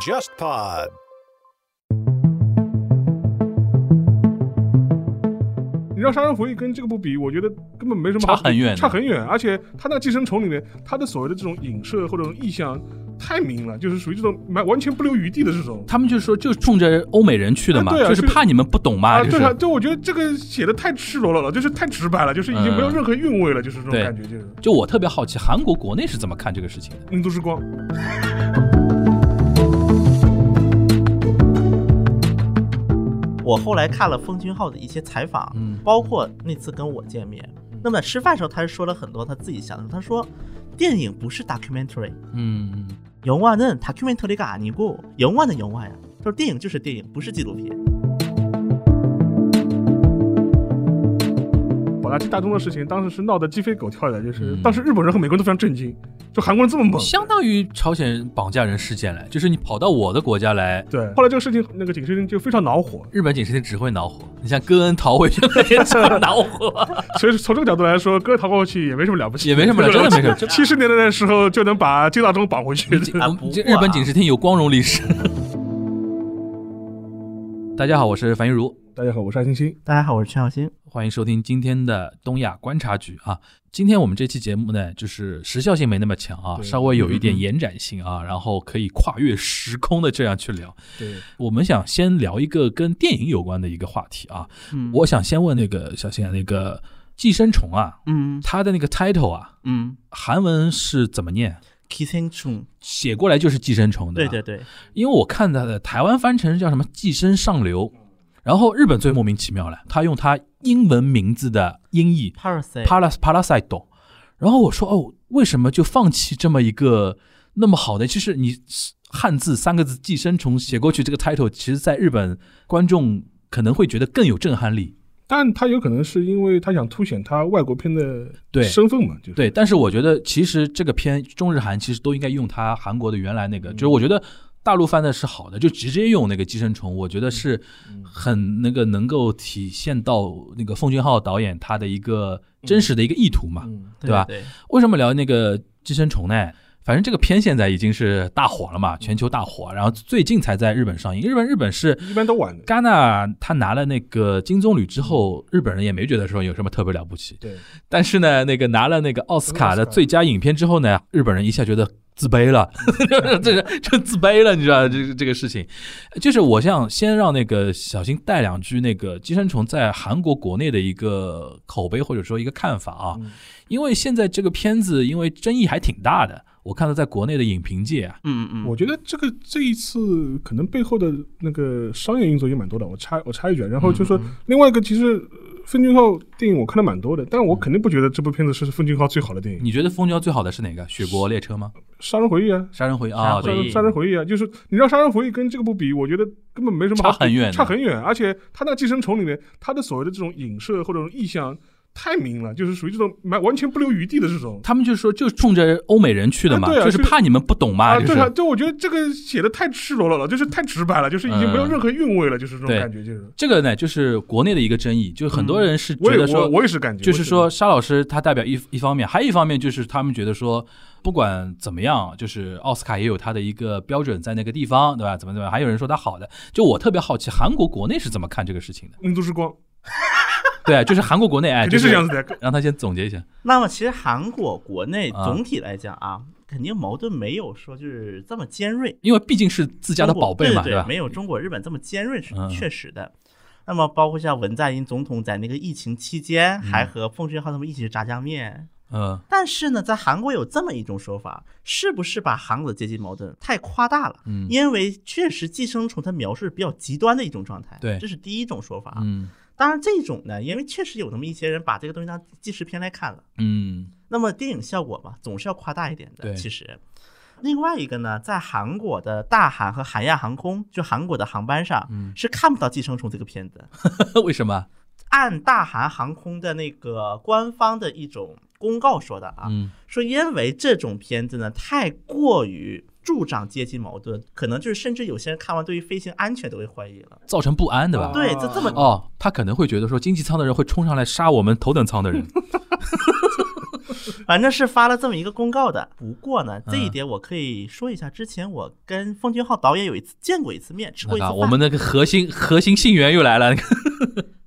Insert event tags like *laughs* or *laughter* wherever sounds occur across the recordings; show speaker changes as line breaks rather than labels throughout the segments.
JustPod。
你让《杀人回忆》跟这个不比，我觉得根本没什么好
差很
*laughs*
远
差很远。而且他那《寄生虫》里面，他的所谓的这种影射或者意象太明了，就是属于这种蛮完全不留余地的这种。
他们就说，就是冲着欧美人去的嘛，
啊对啊
就是怕你们不懂嘛，
啊，
就
对
是
啊，对，我觉得这个写的太赤裸裸了，就是太直白了，就是已经没有
嗯
任何韵味了，就是这种
对
感觉，就是
就我特别好奇，韩国国内是怎么看这个事情的？
民族之光。
我后来看了奉俊昊的一些采访，
嗯
包括那次跟我见面，那么吃饭时候他说了很多他自己想的，他说电影不是 documentary，
嗯，
영화는 다큐멘터리가 아니고 영화는 영화야. 그래电影就是电影，不是纪录片。
保大鸡大中的事情，当时是闹得鸡飞狗跳的，就是
嗯
当时日本人和美国人都非常震惊，就韩国人这么猛。
相当于朝鲜绑架人事件来，就是你跑到我的国家来，
对，后来这个事情，那个警视厅就非常恼火，
日本警视厅只会恼火，你像戈恩逃回去了 *laughs*
*laughs*
也只会恼火，
所以从这个角度来说，哥逃过去也没什么了不起，
也没什
*laughs*
么了，真的没什么。
七十年代的时候就能把金大中绑回去。
这
啊
我
不
们这
过
日本
啊
警视厅有光荣
*laughs*
历史。大家好，我是樊玉茹，
大家好，我是安星星。
大家好，我是陈小新。
欢迎收听今天的东亚观察局啊。今天我们这期节目呢，就是时效性没那么强啊，
对
稍微有一点
嗯
延展性啊，然后可以跨越时空的这样去聊。
对，
我们想先聊一个跟电影有关的一个话题啊。
嗯
我想先问那个小新啊，那个寄生虫啊，
嗯
它的那个 title 啊，
嗯
韩文是怎么念？
，Kissing Chun，
写过来就是寄生虫的。
对对对，
因为我看它的台湾翻成叫什么《寄生上流》，然后日本最莫名其妙了，他用他英文名字的音译
Parasite，
paras parasite，然后我说哦，为什么就放弃这么一个那么好的？其实你汉字三个字“寄生虫”写过去这个 title，其实在日本观众可能会觉得更有震撼力。
但他有可能是因为他想凸显他外国片的
对
身份嘛，就是
对，但是我觉得其实这个片中日韩其实都应该用它韩国的原来那个，就是我觉得大陆翻的是好的，就直接用那个寄生虫，我觉得是
嗯
很那个能够体现到那个奉俊昊导演他的一个真实的一个意图嘛。对吧
对，
为什么聊那个寄生虫呢？反正这个片现在已经是大火了嘛，全球大火，然后最近才在日本上映。日本日本是
一般都晚的。
戛纳，他拿了那个金棕榈之后，日本人也没觉得说有什么特别了不起。
对，
但是呢，那个拿了那个奥斯卡的
奥斯卡
最佳影片之后呢，日本人一下觉得自卑了，这是这自卑了，你知道这这个事情，就是我想先让那个小新带两句那个《寄生虫》在韩国国内的一个口碑或者说一个看法啊，因为现在这个片子因为争议还挺大的，我看到在国内的影评界啊，
嗯嗯
我觉得这个这一次可能背后的那个商业运作也蛮多的。我插我插一句啊，然后就说另外一个，其实呃奉俊昊电影我看了蛮多的，但我肯定不觉得这部片子是奉俊昊最好的电影，《
你觉得蜂胶最好的是哪个？《雪国列车》吗？
杀人回忆》啊，
《杀人回忆》啊，
杀
杀
对
人回忆
人杀人回忆啊，就是你让杀人回忆跟这个不比，我觉得根本没什么好
差很远的
差很远。而且他那个寄生虫里面，他的所谓的这种影射或者这种意象太明了，就是属于这种蛮完全不留余地的这种。
他们就说就是冲着欧美人去的嘛，
啊对啊
就是
就是
怕你们不懂嘛，
啊，
就
对
是
啊，就我觉得这个写的太赤裸裸了，就是太直白了，就是已经没有
嗯
任何韵味了，就是这种
对
感觉，就是
这个呢，就是国内的一个争议，就是很多人是
嗯我
觉
也
得
我
说，
我也是感觉，
就是
我
说
也？
沙老师他代表一一方面，还有一方面就是他们觉得说，不管怎么样，就是奥斯卡也有他的一个标准在那个地方，对吧？怎么怎么样，还有人说他好的，就我特别好奇韩国国内是怎么看这个事情
*laughs*
的
民族之光
对，就是韩国国内哎，
肯
就
定是这样子的，
让他先总结一下，
那么其实韩国国内
啊
总体来讲啊，肯定矛盾没有说就是这么尖锐，
因为毕竟是自家的
中国
宝贝嘛，
对
吧？
没有中国、日本这么尖锐是
嗯
确实的。那么包括像文在寅总统在那个疫情期间，还和奉俊昊他们一起吃炸酱面。
啊
嗯，
但是呢，在韩国有这么一种说法，是不是把韩国的阶级矛盾太夸大了？
嗯
因为确实寄生虫它描述是比较极端的一种状态，
对
这是第一种说法。
嗯
当然这种呢，因为确实有那么一些人把这个东西当纪实片来看了。
嗯 *laughs*
那么电影效果嘛，总是要夸大一点的。
对
其实，另外一个呢，在韩国的大韩和韩亚航空，就韩国的航班上，
嗯
是看不到《寄生虫》这个片子。
嗯，为什么？
按大韩航空的那个官方的一种公告说的啊，
嗯
说因为这种片子呢太过于助长阶级矛盾，可能就是甚至有些人看完对于飞行安全都会怀疑了。
造成不安，对吧？
对，就这
啊
么
哦，他可能会觉得说，经济舱的人会冲上来杀我们头等舱的人，
反正是发了这么一个公告的。不过呢，这
嗯
一点我可以说一下，之前我跟奉俊昊导演有一次见过一次面，吃过
那
一次
个
饭。
我们那个核心核心信源又来了，那个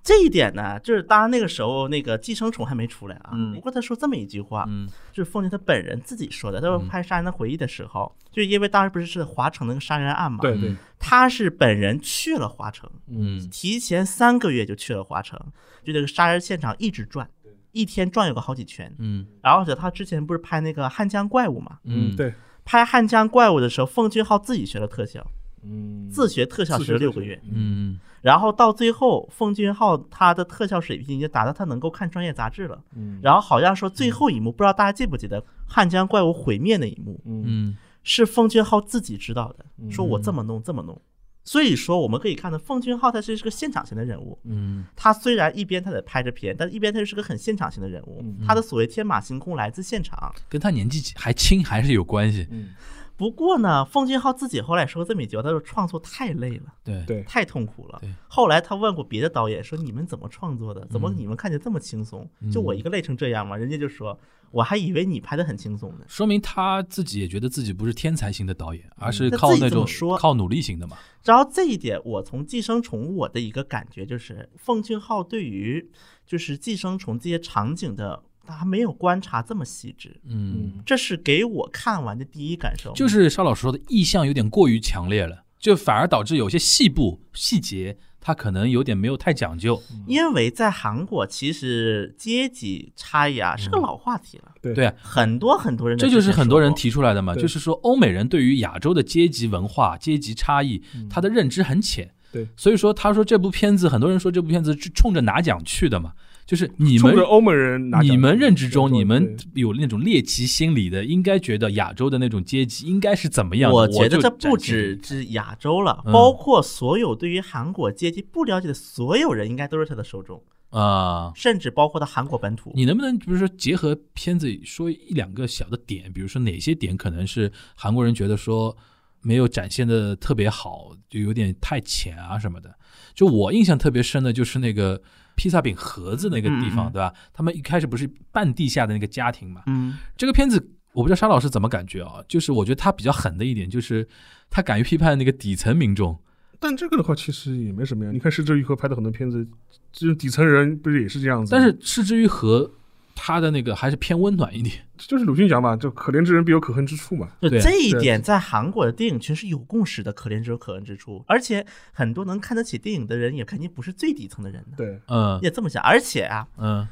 这一点呢，就是当然那个时候那个寄生虫还没出来啊。
嗯
不过他说这么一句话，
嗯
就是奉俊他本人自己说的。他说
嗯
拍《杀人的回忆》的时候，就因为当时不是是华城那个杀人案嘛，
对对，
他是本人去了华城，
*laughs* 嗯
提前三个月就去了华城，就这个杀人现场一直转，一天转悠个好几圈。
嗯
然后而且他之前不是拍那个《汉江怪物》嘛，
嗯，
对，
拍《汉江怪物》的时候，奉俊昊自己学了特效，
嗯，
自学特效
自学
学了六个
特效
月，
嗯
然后到最后，奉俊昊他的特效水平已经达到他能够看专业杂志了。
嗯
然后好像说最后一幕，不知道大家记不记得汉江怪物毁灭那一幕，
嗯
嗯
是奉俊昊自己知道的，
嗯
说我这么弄这么弄。所以说，我们可以看到奉俊昊他是一个现场型的人物，
嗯
他虽然一边他在拍着片，但一边他又是个很现场型的人物，
嗯
他的所谓天马行空来自现场。
跟他年纪还轻还是有关系，
嗯，
不过呢，奉俊昊自己后来说这么一句话，他说创作太累了。
对
对
太痛苦了
对。嗯
后来他问过别的导演说：“你们怎么创作的？怎么你们看起来这么轻松？就我一个累成这样吗？”人家就说：“我还以为你拍的很轻松呢。
说明他自己也觉得自己不是天才型的导演，而是
嗯他
靠
自己
那
这么
种
说
靠努力型的嘛。”
然后这一点，我从《寄生虫》我的一个感觉就是，奉俊昊对于就是《寄生虫》这些场景的，他没有观察这么细致。
嗯，
这是给我看完的第一感受，
就是邵老师说的意向有点过于强烈了，就反而导致有些细部细节他可能有点没有太讲究。
因为在韩国，其实阶级差异啊是个老话题了，
对
对啊，
很多很多人
嗯这就是很多人
提。
提出来的嘛，
哦对
就是说欧美人对于亚洲的阶级文化、阶级差异，他的认知很浅。
嗯对，
所以说他说这部片子，很多人说这部片子是冲着拿奖去的嘛，就是你
冲
们
着欧美人拿奖，
你们认知中，
对
你们有那种猎奇心理的，应该觉得亚洲的那种阶级应该是怎么样的？
我
我
觉
就
得这不
展现给
只
你
是亚洲了，
嗯
包括所有对于韩国阶级不了解的所有人，应该都是他的受众，
啊。
甚至包括他韩国本土。
你能不能比如说结合片子说一两个小的点，比如说哪些点可能是韩国人觉得说没有展现的特别好，就有点太浅啊什么的。就我印象特别深的就是那个披萨饼盒子那个地
嗯
方，
嗯
对吧？他们一开始不是半地下的那个家庭嘛，
嗯，
这个片子我不知道沙老师怎么感觉啊，就是我觉得他比较狠的一点就是他敢于批判那个底层民众，
但这个的话其实也没什么呀。你看石之愈合拍的很多片子，就是底层人不是也是这样子吗？
但是嗤之于和他的那个还是偏温暖一点。
这就是鲁迅讲嘛，就可怜之人必有可恨之处嘛。
就
对
这一
对
点，在韩国的电影圈是有共识的，可怜之有可恨之处。而且很多能看得起电影的人，也肯定不是最底层的人呢。
对，
嗯
也这么想，而且啊，
嗯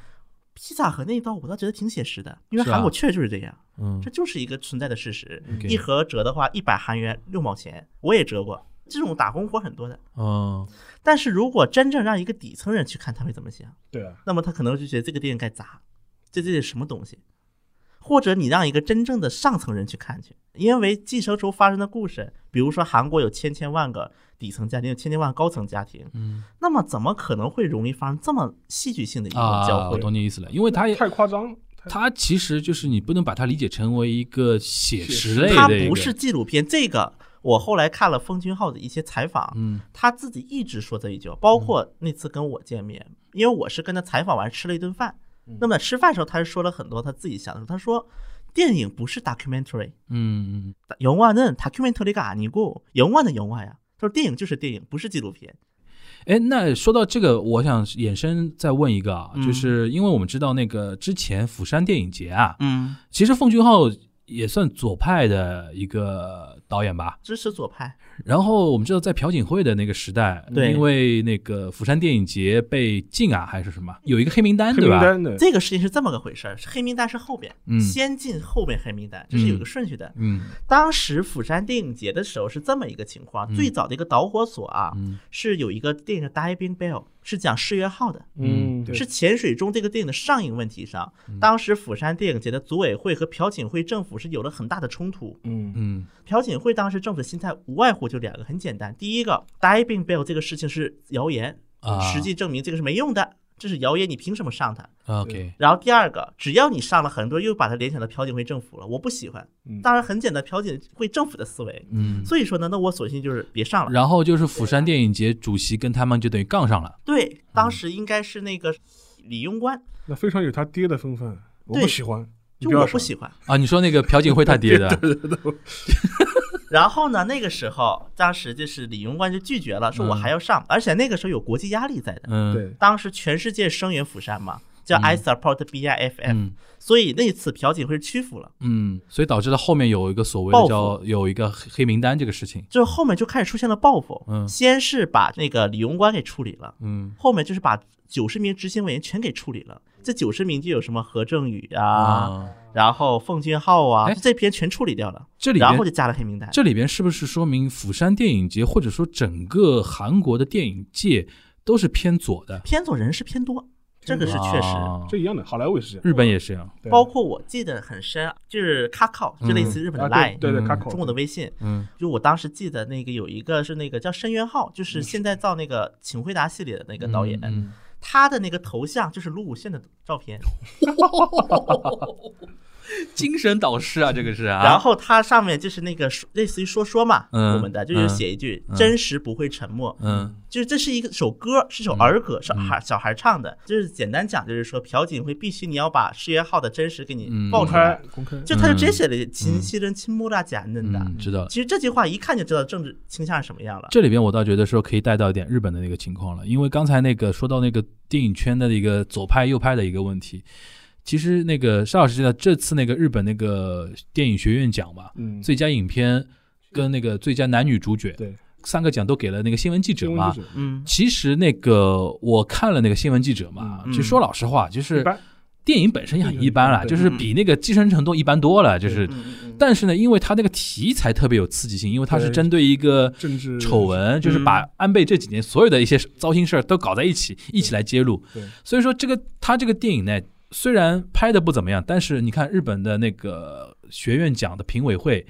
披萨盒那一刀，我倒觉得挺写实的，因为
是啊
韩国确实就是这样，
嗯
这就是一个存在的事实。
OK
一盒折的话，一百韩元六毛钱，我也折过，这种打工活很多的。
嗯
但是如果真正让一个底层人去看，他会怎么想？
对啊，
那么他可能就觉得这个电影该砸，这这是什么东西？或者你让一个真正的上层人去看去，因为寄生虫发生的故事，比如说韩国有千千万个底层家庭，有千千万个高层家庭，
嗯
那么怎么可能会容易发生这么戏剧性的一种
啊，
交
我
汇？
懂你意思了，因为他也
太夸张了。太
他其实就是你不能把它理解成为一个写实类
它
的一个，
不是纪录片，这个我后来看了奉俊昊的一些采访，
嗯
他自己一直说这一句话，包括那次跟我见面，因为我是跟他采访完吃了一顿饭。
嗯
那么吃饭时候，他是说了很多他自己想的。他说，电影不是 documentary，
嗯嗯
영화는 다큐멘터리가 아니고 영화는 영화야. 저电影就是电影，不是纪录片。
哎，那说到这个，我想衍生再问一个啊，
嗯
就是因为我们知道那个之前釜山电影节啊，
嗯，
其实奉俊昊也算左派的一个导演吧。
支持左派。
然后我们知道，在朴槿惠的那个时代，
对
因为那个釜山电影节被禁啊，还是什么，有一个黑名单，
黑
对
名
吧？
单的，
这个事情是这么个回事儿，黑名单是后边，
嗯
先进后边黑名单，这是有一个顺序的。
嗯
当时釜山电影节的时候是这么一个情况，最早的一个导火索啊，
嗯
是有一个电影《Diving Bell》，是讲世越号的。
嗯
对
是潜水钟这个电影的上映问题上，当时釜山电影节的组委会和朴槿惠政府是有了很大的冲突。
嗯
嗯
朴槿惠当时政府的心态无外乎就两个，很简单，第一个 diving bell 这个事情是谣言，
啊
实际证明这个是没用的。这是谣言，你凭什么上它？
，OK，
然后第二个，只要你上了，很多人又把它联想到朴槿惠政府了，我不喜欢。
嗯
当然很简单，朴槿惠政府的思维。
嗯。
所以说呢，那我索性就是别上了。
然后就是釜山电影节主席跟他们就等于杠上了，
对，当时应该是那个李庸官，
那非常有他爹的风范，我
对
不喜欢。
就
你不要
我不
说
喜欢。
啊，你说那个朴槿惠他爹的
然后呢，那个时候，当时就是李云贯就拒绝了，说我还要上，而且那个时候有国际压力在的，
嗯，
对，
当时全世界声援釜山嘛，叫 I support BIFF，、
嗯
所以那次朴槿惠屈服了，
嗯，所以导致了后面有一个所谓的
报复
叫有一个黑黑名单这个事情，
就后面就开始出现了报复，
嗯
先是把那个李荣光给处理了，
嗯
后面就是把九十名执行委员全给处理了。这九十名就有什么何正宇啊，，然后奉俊昊啊，
哎
这批人全处理掉了，
这里边
然后就加了黑名单。
这里边是不是说明釜山电影节或者说整个韩国的电影界都是偏左的？
偏左人士偏多，这个是确实。
啊
这一样的，好莱坞也是这样，
日本也是啊这样，
对
包括我记得很深，啊就是卡考，就类似日本的
啊
Line，、
对对对，
嗯
卡口
中国的微信，
嗯
就我当时记得那个有一个是那个叫申元浩，就是现在造那个《请回答》系列的那个导演，
嗯
他的那个头像就是卢武铉的照片，
精神导师啊，这个是啊，
然后他上面就是那个说类似于说说嘛，
嗯
我们的就
嗯
是写一句、真实不会沉默”，
嗯
就是这是一个首歌，是首儿歌，小孩小孩唱的，就是简单讲就是说朴槿惠必须你要把世元浩的真实给
嗯
你爆
公
出来
开，公开，
就他就真写了秦西人亲莫大假嫩的。
嗯，知道了。
其实这句话一看就知道政治倾向是什么样了。
这里边我倒觉得说可以带到一点日本的那个情况了，因为刚才那个说到那个电影圈的一个左派右派的一个问题，其实那个沙老师知道这次那个日本那个电影学院奖吧，
嗯，
最佳影片跟那个最佳男女主角，
对，
三个奖都给了那个新闻记者
新
嘛
闻记。者
嗯，
其实那个我看了那个新闻记者嘛，
嗯
其实说老实话，就
一
是
般
电影本身也很一般了，
对嗯
就是比那个《寄生程度一般多了，就是。
嗯嗯嗯
但是呢，因为它那个题材特别有刺激性，因为它是
对
针对一个
政治
丑，闻，就是
嗯
把安倍这几年所有的一些糟心事儿都搞在一起，一起来揭露
对。
所以说，这个他这个电影呢，虽然拍的不怎么样，但是你看日本的那个学院奖的评委会，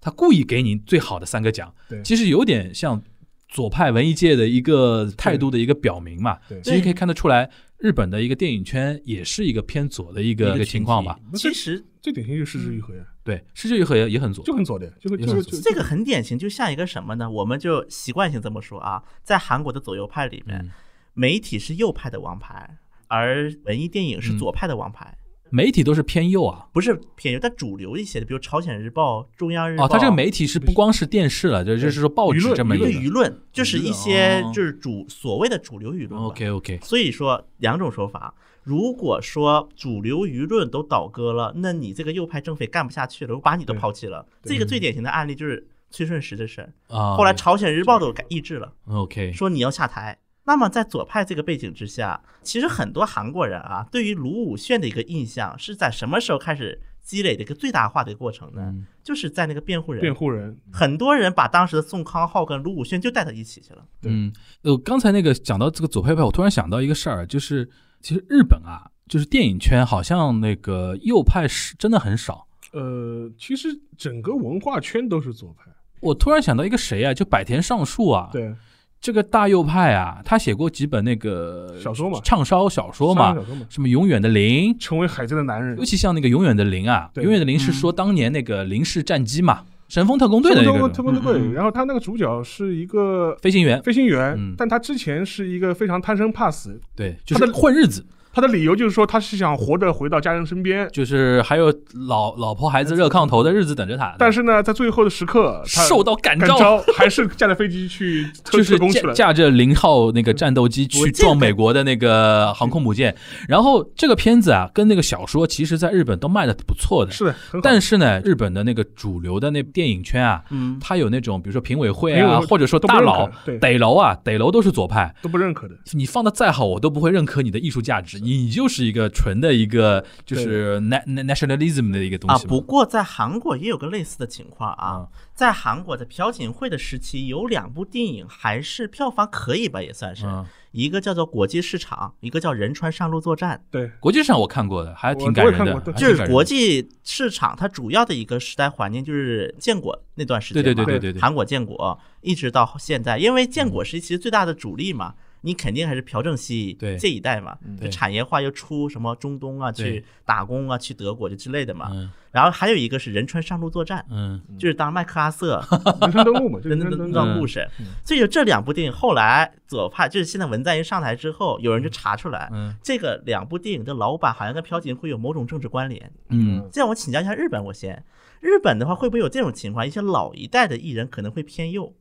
他故意给你最好的三个奖
对，
其实有点像左派文艺界的一个态度的一个表明嘛
对。
其实可以看得出来，日本的一个电影圈也是一个偏左的一个一个情况吧。。
一群体其实
最典型就是失之愈合呀，
对，失之愈合也也很左
就。很左的，就
也
就
很
就
左
就
这个很典型，就像一个什么呢？我们就习惯性这么说啊，在韩国的左右派里面
嗯，
媒体是右派的王牌，而文艺电影
嗯
是左派的王牌。
媒体都是偏右啊。
不是偏右，但主流一些的，比如《朝鲜日报》《中央日报》，
哦，他这个媒体是不光是电视了，就就是说报纸
舆论
这么一个
对舆论就是
舆
一些
论哦
就是主所谓的主流舆论吧。
OK OK，
所以说两种说法。如果说主流舆论都倒戈了，那你这个右派政府也干不下去了，我把你都抛弃了。这个最典型的案例就是崔顺实的事儿。
啊，
后来《朝鲜日报》都改抑制了，
OK，
说你要下台。那么在左派这个背景之下，其实很多韩国人啊，对于卢武铉的一个印象是在什么时候开始积累的一个最大化的一个过程呢？
嗯
就是在那个辩护人，
辩护人
很多人把当时的宋康昊跟卢武铉就带到一起去了。
嗯，呃，刚才那个讲到这个左派派，我突然想到一个事儿，就是其实日本啊，就是电影圈好像那个右派是真的很少。
呃，其实整个文化圈都是左派，
我突然想到一个谁啊，就百田尚树啊，
对，
这个大右派啊，他写过几本那个
小说嘛
畅销小说嘛
商，人小说嘛，
什么《永远的零》，
成为海贼的男人
尤，其像那个《永远的零》啊，《
对嗯
永远的零》是说当年那个零式战机嘛，神风特工队的
特
那
工特
个
工特
嗯嗯
贵，
嗯
然后他那个主角是一个
飞行员，
飞行
嗯
员，但他之前是一个非常贪生怕死，
对，就是
他的
混日子，
他的理由就是说他是想活着回到家人身边，
就是还有老老婆孩子热炕头的日子等着他，
但是呢，在最后的时刻，他
受到感
感召， *laughs* 还是驾着飞机
*laughs*
去特
就是
特工去
驾
了。
驾着零号那个战斗机去撞美国的那个航空母舰。然后这个片子啊，跟那个小说其实在日本都卖的不错的。
是的，很好。
但是呢，日本的那个主流的那电影圈啊，
嗯，
它有那种比如说评委会
评委
啊，
会
或者说
都不
大
认可
佬
对
逮楼啊，逮楼都是左派。
都不认可的，
你放的再好，我都不会认可你的艺术价值。你就是一个纯的一个就是 na na- nationalism 的一个东
啊，
西嘛。
不过在韩国也有个类似的情况啊
嗯，
在韩国的朴槿惠的时期，有两部电影还是票房可以吧，也算是
嗯
一个叫做《国际市场》，一个叫《仁川上路作战
对，
国际上我看过的，还挺
我
感
我也
人
看过，
的
对
还》。挺
就是
感人
国
的
际市场它主要的一个时代环境就是建国那段时
对嗯
间嘛，
对对对对对，
韩国建国一直到现在，因为建国时期最大的主力嘛。你肯定还是朴正熙
对嗯
这一代嘛，就
对
产业化又出什么中东啊，
对
去打工啊，去德国就之类的嘛。
嗯
然后还有一个是仁川上路作战，
嗯
就是当麦克阿 *laughs* 瑟
人生登陆 *laughs* 嘛，就人
跟那
生
个
登
那
陆。
段故事。所以就这两部电影后来左派就是现在文在寅上台之后，有人就查出来。
嗯
这个两部电影的老板好像跟朴槿惠有某种政治关联，
嗯
这样我请教一下日本，我先，日本的话会不会有这种情况？一些老一代的艺人可能会偏右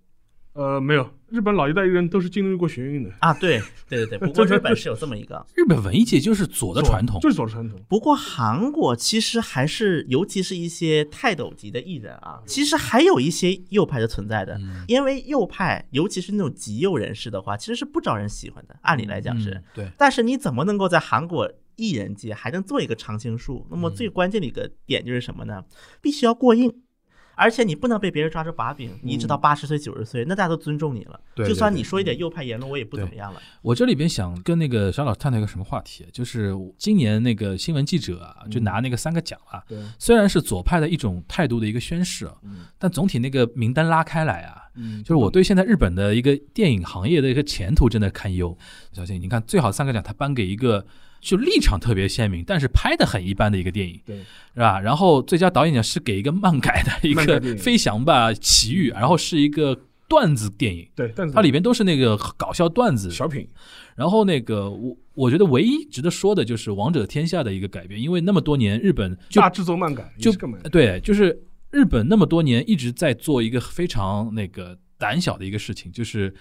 呃，没有，日本老一代艺人都是经历过学运的，
啊？对 *laughs* 对对对，不过日 *laughs* 本是有这么一个。
日本文艺界就是左的传统，
就是走传统。
不过韩国其实还是，尤其是一些泰斗级的艺人啊，
嗯
其实还有一些右派的存在的，因为右派，尤其是那种极右人士的话，其实是不招人喜欢的。按理来讲是，
嗯对，
但是你怎么能够在韩国艺人界还能做一个常青树？那么
嗯
最关键的一个点就是什么呢？必须要过硬，而且你不能被别人抓住把柄，你一直到八十岁、九十岁，那大家都尊重你了。
嗯对
就算
对对嗯
你说一点右派言论，我也不
对
怎么样了。
我这里边想跟那个小老师探讨一个什么话题，啊就是今年那个新闻记者啊，就拿那个三个奖啊，
对
虽然是左派的一种态度的一个宣示啊，但总体那个名单拉开来啊，
嗯
就是我对现在日本的一个电影行业的一个前途真的堪忧。小新，你看最好三个奖，他颁给一个就立场特别鲜明，但是拍的很一般的一个电影，
对，
是吧？然后最佳导演奖是给一个漫改的一
漫改
个
电
《
影嗯
飞翔吧奇遇》，然后是一个段子电影。
对，但是
它里边都是那个搞笑段子，
小品，
然后那个我我觉得唯一值得说的就是《王者天下》的一个改编，因为那么多年日本就
大制作漫改
就
也是干嘛的？
对，就是日本那么多年一直在做一个非常那个胆小的一个事情，就是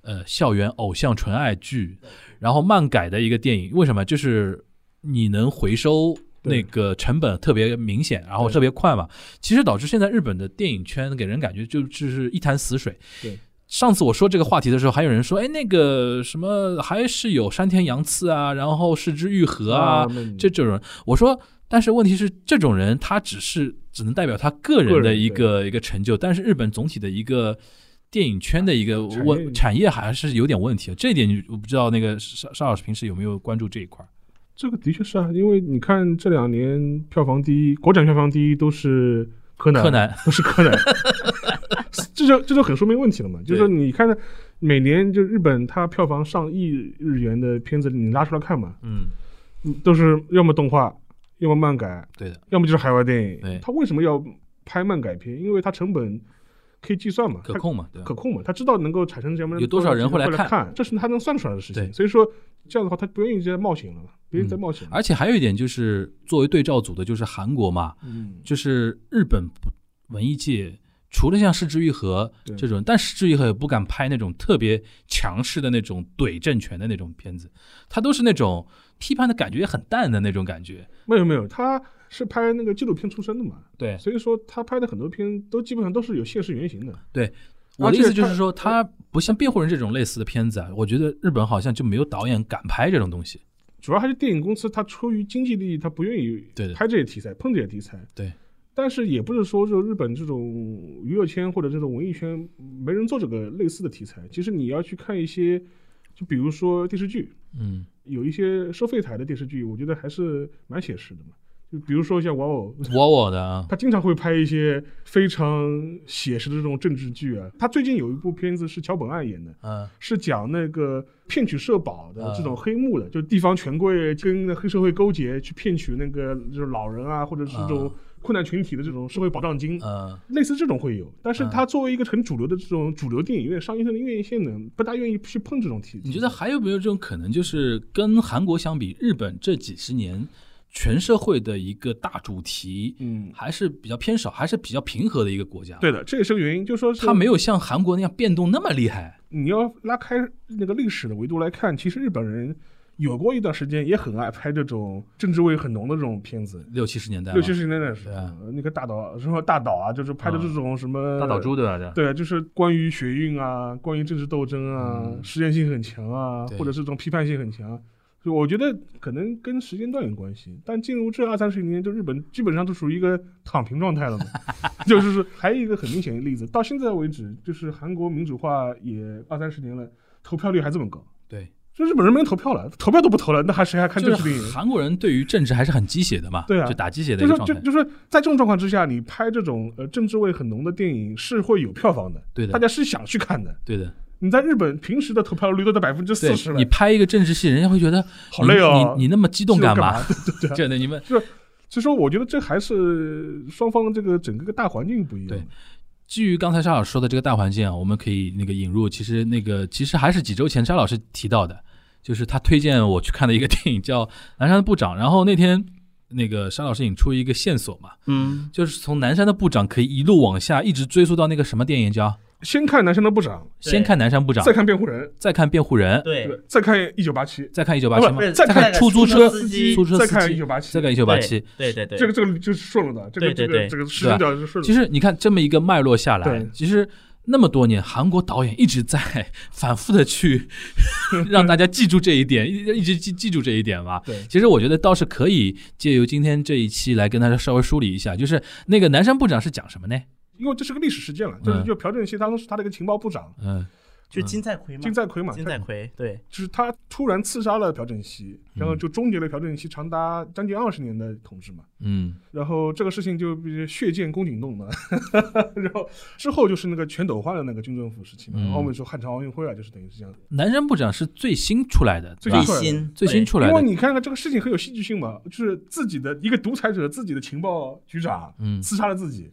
呃校园偶像纯爱剧，然后漫改的一个电影，为什么？就是你能回收。
对
那个成本特别明显，然后
对
特别快嘛，其实导致现在日本的电影圈给人感觉就就是一潭死水。
对，
上次我说这个话题的时候，还有人说，哎，那个什么还是有山田洋次啊，然后是之愈合啊，
嗯
这种人，我说，但是问题是，这种人他只是只能代表他个人的一个一个成就，但是日本总体的一个电影圈的一个
产业
问产业还是有点问题的，这一点你我不知道那个沙沙老师平时有没有关注这一块儿？
这个的确是啊，因为你看这两年票房第一，国产票房第一都是柯南，
柯南，
都是
*laughs*
柯南，这就这就很说明问题了嘛。就是说你看，每年就日本它票房上亿日元的片子，你拉出来看嘛，
嗯，
都是要么动画，要么漫改，
对的，
要么就是海外电
对
影。它为什么要拍漫改片？因为它成本可以计算嘛，
可
它
控嘛，对吧
可？控嘛，他知道能够产生什么
有多少人会来
来
看
这是他能算出来的事
对嗯
情。所以说这样的话，他不愿意再冒险了，不愿意再冒险了。
而且还有一点就是，作为对照组的就是韩国嘛，
嗯，
就是日本文艺界。除了像《失之愈合》
对
这种，但《失之愈合》也不敢拍那种特别强势的那种怼政权的那种片子，它都是那种批判的感觉也很淡的那种感觉。
没有没有，他是拍那个纪录片出身的嘛，
对
所以说他拍的很多片都基本上都是有现实原型的。
对，我的意思就是说，它不像《辩护人》这种类似的片子啊，我觉得日本好像就没有导演敢拍这种东西。
主要还是电影公司，他出于经济利益，他不愿意
对的
拍这些题材，碰这些题材。
对，
但是也不是说，就日本这种娱乐圈或者这种文艺圈没人做这个类似的题材。其实你要去看一些，就比如说电视剧，
嗯，
有一些收费台的电视剧，我觉得还是蛮写实的嘛。就比如说像《玩偶》，
我我的啊，
他经常会拍一些非常写实的这种政治剧啊。他最近有一部片子是桥本爱演的，
嗯
是讲那个骗取社保的
啊
这种黑幕的，就地方权贵跟那黑社会勾结去骗取那个就是老人啊，或者是这种
啊
困难群体的这种社会保障金。
嗯，
类似这种会有，但是
啊
他作为一个很主流的这种主流电影院上映的院线呢，不大愿意去碰这种题。
你觉得还有没有这种可能，就是跟韩国相比，日本这几十年全社会的一个大主题，
嗯
还是比较偏少，还是比较平和的一个国家。
对，的，这也是个原因，就是说是
它没有像韩国那样变动那么厉害。
你要拉开那个历史的维度来看，其实日本人有过一段时间也很爱拍这种政治味很浓的这种片子。
六七十年代嘛，
六七十年代的时
对啊
候，那个大岛什么大岛啊，就是拍的这种什么
大岛猪对吧？对吧
对，就是关于学运啊，关于政治斗争啊，实验性很强啊，
嗯对
或者是这种批判性很强。就我觉得可能跟时间段有关系，但进入这二三十年，就日本基本上都属于一个躺平状态
*laughs*
了嘛。就是说，还有一个很明显的例子，到现在为止，就是韩国民主化也二三十年了，投票率还这么高，
对，
就日本人没人投票了，投票都不投了，那还谁还看
就
政治电
是
影？
韩国人对于政治还是很鸡血的嘛，
对啊
就打鸡血
就
的一个
是
状
就
态。
就是在这种状况之下，你拍这种呃政治味很浓的电影是会有票房的，
对的
大家是想去看的。
对的，
你在日本平时的投票率都在百分之
对
四十了
你，拍一个政治戏，人家会觉得
好累哦
你你你那么激动
这个
干
干
嘛
嘛？ *laughs* 对对对啊。
真的，你们
所以说，我觉得这还是双方这个整个个大环境不一样。
对基于刚才沙老师说的这个大环境啊，我们可以那个引入，其实那个其实还是几周前沙老师提到的，就是他推荐我去看的一个电影叫《南山的部长》，然后那天那个沙老师引出一个线索嘛，
嗯，
就是从南山的部长可以一路往下一直追溯到那个什么电影叫
先看男生的部长，
先看南山部长
再，看辩护人，
再看辩护人，
对，
再看一九八七，
再看一九八七
不
吗
是？
再看出租车
司机
出租车
再
司
看一
机
九，八七，
再看一九八七，
对对对，
这个这个就是顺了的，这个
对对
这
对
个这个时间表是顺了
其
的。
实你看这么一个脉络下来
对，
其实那么多年，韩国导演一直在反复的去 *laughs* 让大家记住这一
*laughs*
点，一一直记记住这一点吧。
对
其实我觉得倒是可以借由今天这一期来跟大家稍微梳理一下，就是那个南山部长是讲什么呢？
因为这是个历史事件了，就是
嗯
就朴正熙他当时他的一个情报部长
嗯
就是金在奎嘛，
金在奎嘛，
金
他
在奎，对，
就是他突然刺杀了朴正熙，然后就终结了朴正熙长达将近二十年的统治嘛。
嗯
然后这个事情就被血溅宫颈洞嘛， *laughs* 然后之后就是那个全斗焕的那个军政府时期嘛，
嗯
澳门说汉城奥运会啊，就是等于是这样。
南山部长是最新出来的，对
最
吧
最
近？出来的
新
最新出来
因为
的，
你看看这个事情很有戏剧性嘛，就是自己的一个独裁者，自己的情报局长
嗯，
刺杀了自己，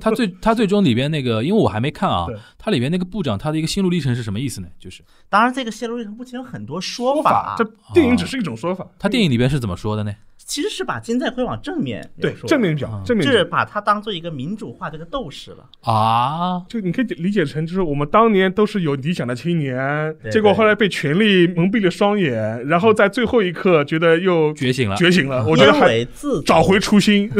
他最他最终里边那个，因为我还没看啊
对，
他里边那个部长他的一个心路历程是什么意思呢？就是
对当然这个泄露历程目前有很多说
说法
啊，
这电影只是一种说法。
哦他电影里边是怎么说的呢？
其实是把金在奎往正面
对
描述
正面
啊
讲，正面
这是
讲，
把他当做一个民主化的一个斗士了，
嗯
啊，
就你可以理解成就是我们当年都是有理想的青年，
对
结果
对
后来被权力蒙蔽了双眼，然后在最后一刻觉得又
觉醒了，
觉醒了，我觉得
因
还
为自
找回初心， *laughs*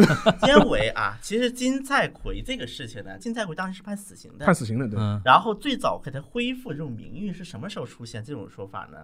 因为啊，其实金在奎这个事情呢，金在奎当时是判死刑的，
判死刑了，对。
嗯
然后最早给他恢复这种名誉是什么时候出现这种说法呢？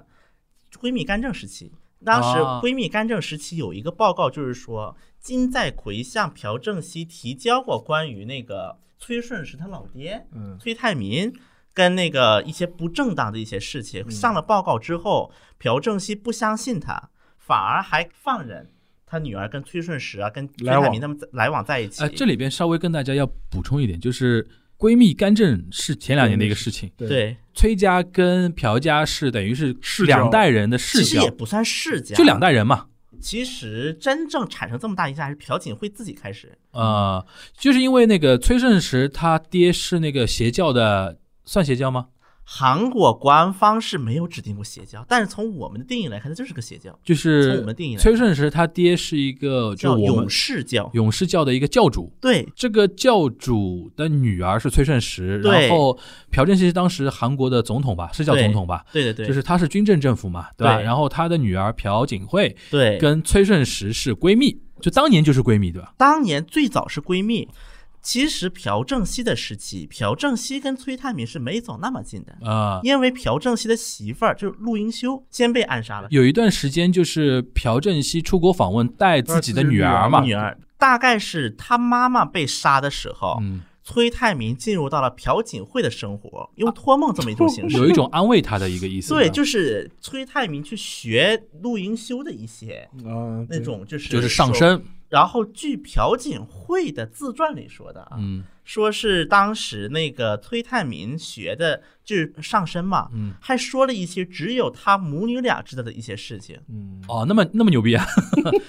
闺蜜干政时期，当时
啊
闺蜜干政时期有一个报告，就是说金在奎向朴正熙提交过关于那个崔顺是他老爹，
嗯
崔泰民。跟那个一些不正当的一些
嗯
事情上了报告之后，朴正熙不相信他，反而还放任他女儿跟崔顺实啊、跟崔
来
泰
往
民他们在来往在一起。
哎，这里边稍微跟大家要补充一点，就是闺蜜干政是前两年的一个事情，
对
对，
崔家跟朴家是等于是
世交
两代人的世
其实也
交，
不算世家，
就两代人嘛。
其实真正产生这么大影响还是朴槿惠自己开始。
呃，就是因为那个崔胜实他爹是那个邪教的，算邪教吗？
韩国官方是没有指定过邪教，但是从我们的定义来看，它就是个邪教，
就
从
是
我们定义来看
崔胜实他爹是一个就
叫
我们
勇士教。
勇士教的一个教主。
对
这个教主的女儿是崔顺实，
对
然后朴正熙是当时韩国的总统吧，是叫
对
总统吧？
对对对，
就是他是军政政府嘛，对吧？
对
然后他的女儿朴槿惠
对。
跟崔顺实是闺蜜，就当年就是闺蜜，对吧？
当年最早是闺蜜，其实朴正熙的时期，朴正熙跟崔泰敏是没走那么近的，
啊、
因为朴正熙的媳妇儿就是陆英修先被暗杀了，
有一段时间就是朴正熙出国访问，带自己的女儿嘛，
女儿大概是他妈妈被杀的时候，
嗯，
崔泰民进入到了朴槿惠的生活，用托梦这么一种形式。
有一种安慰她的一个意思。
对，
吧
就是崔泰民去学陆英修的一些
啊，
那种，就是
嗯就是上。升，
然后据朴槿惠的自传里说的啊，
嗯
说是当时那个崔泰民学的就是上身嘛，
嗯，
还说了一些只有他母女俩知道的一些事情。
嗯，
哦，那么那么牛
*laughs*
逼啊，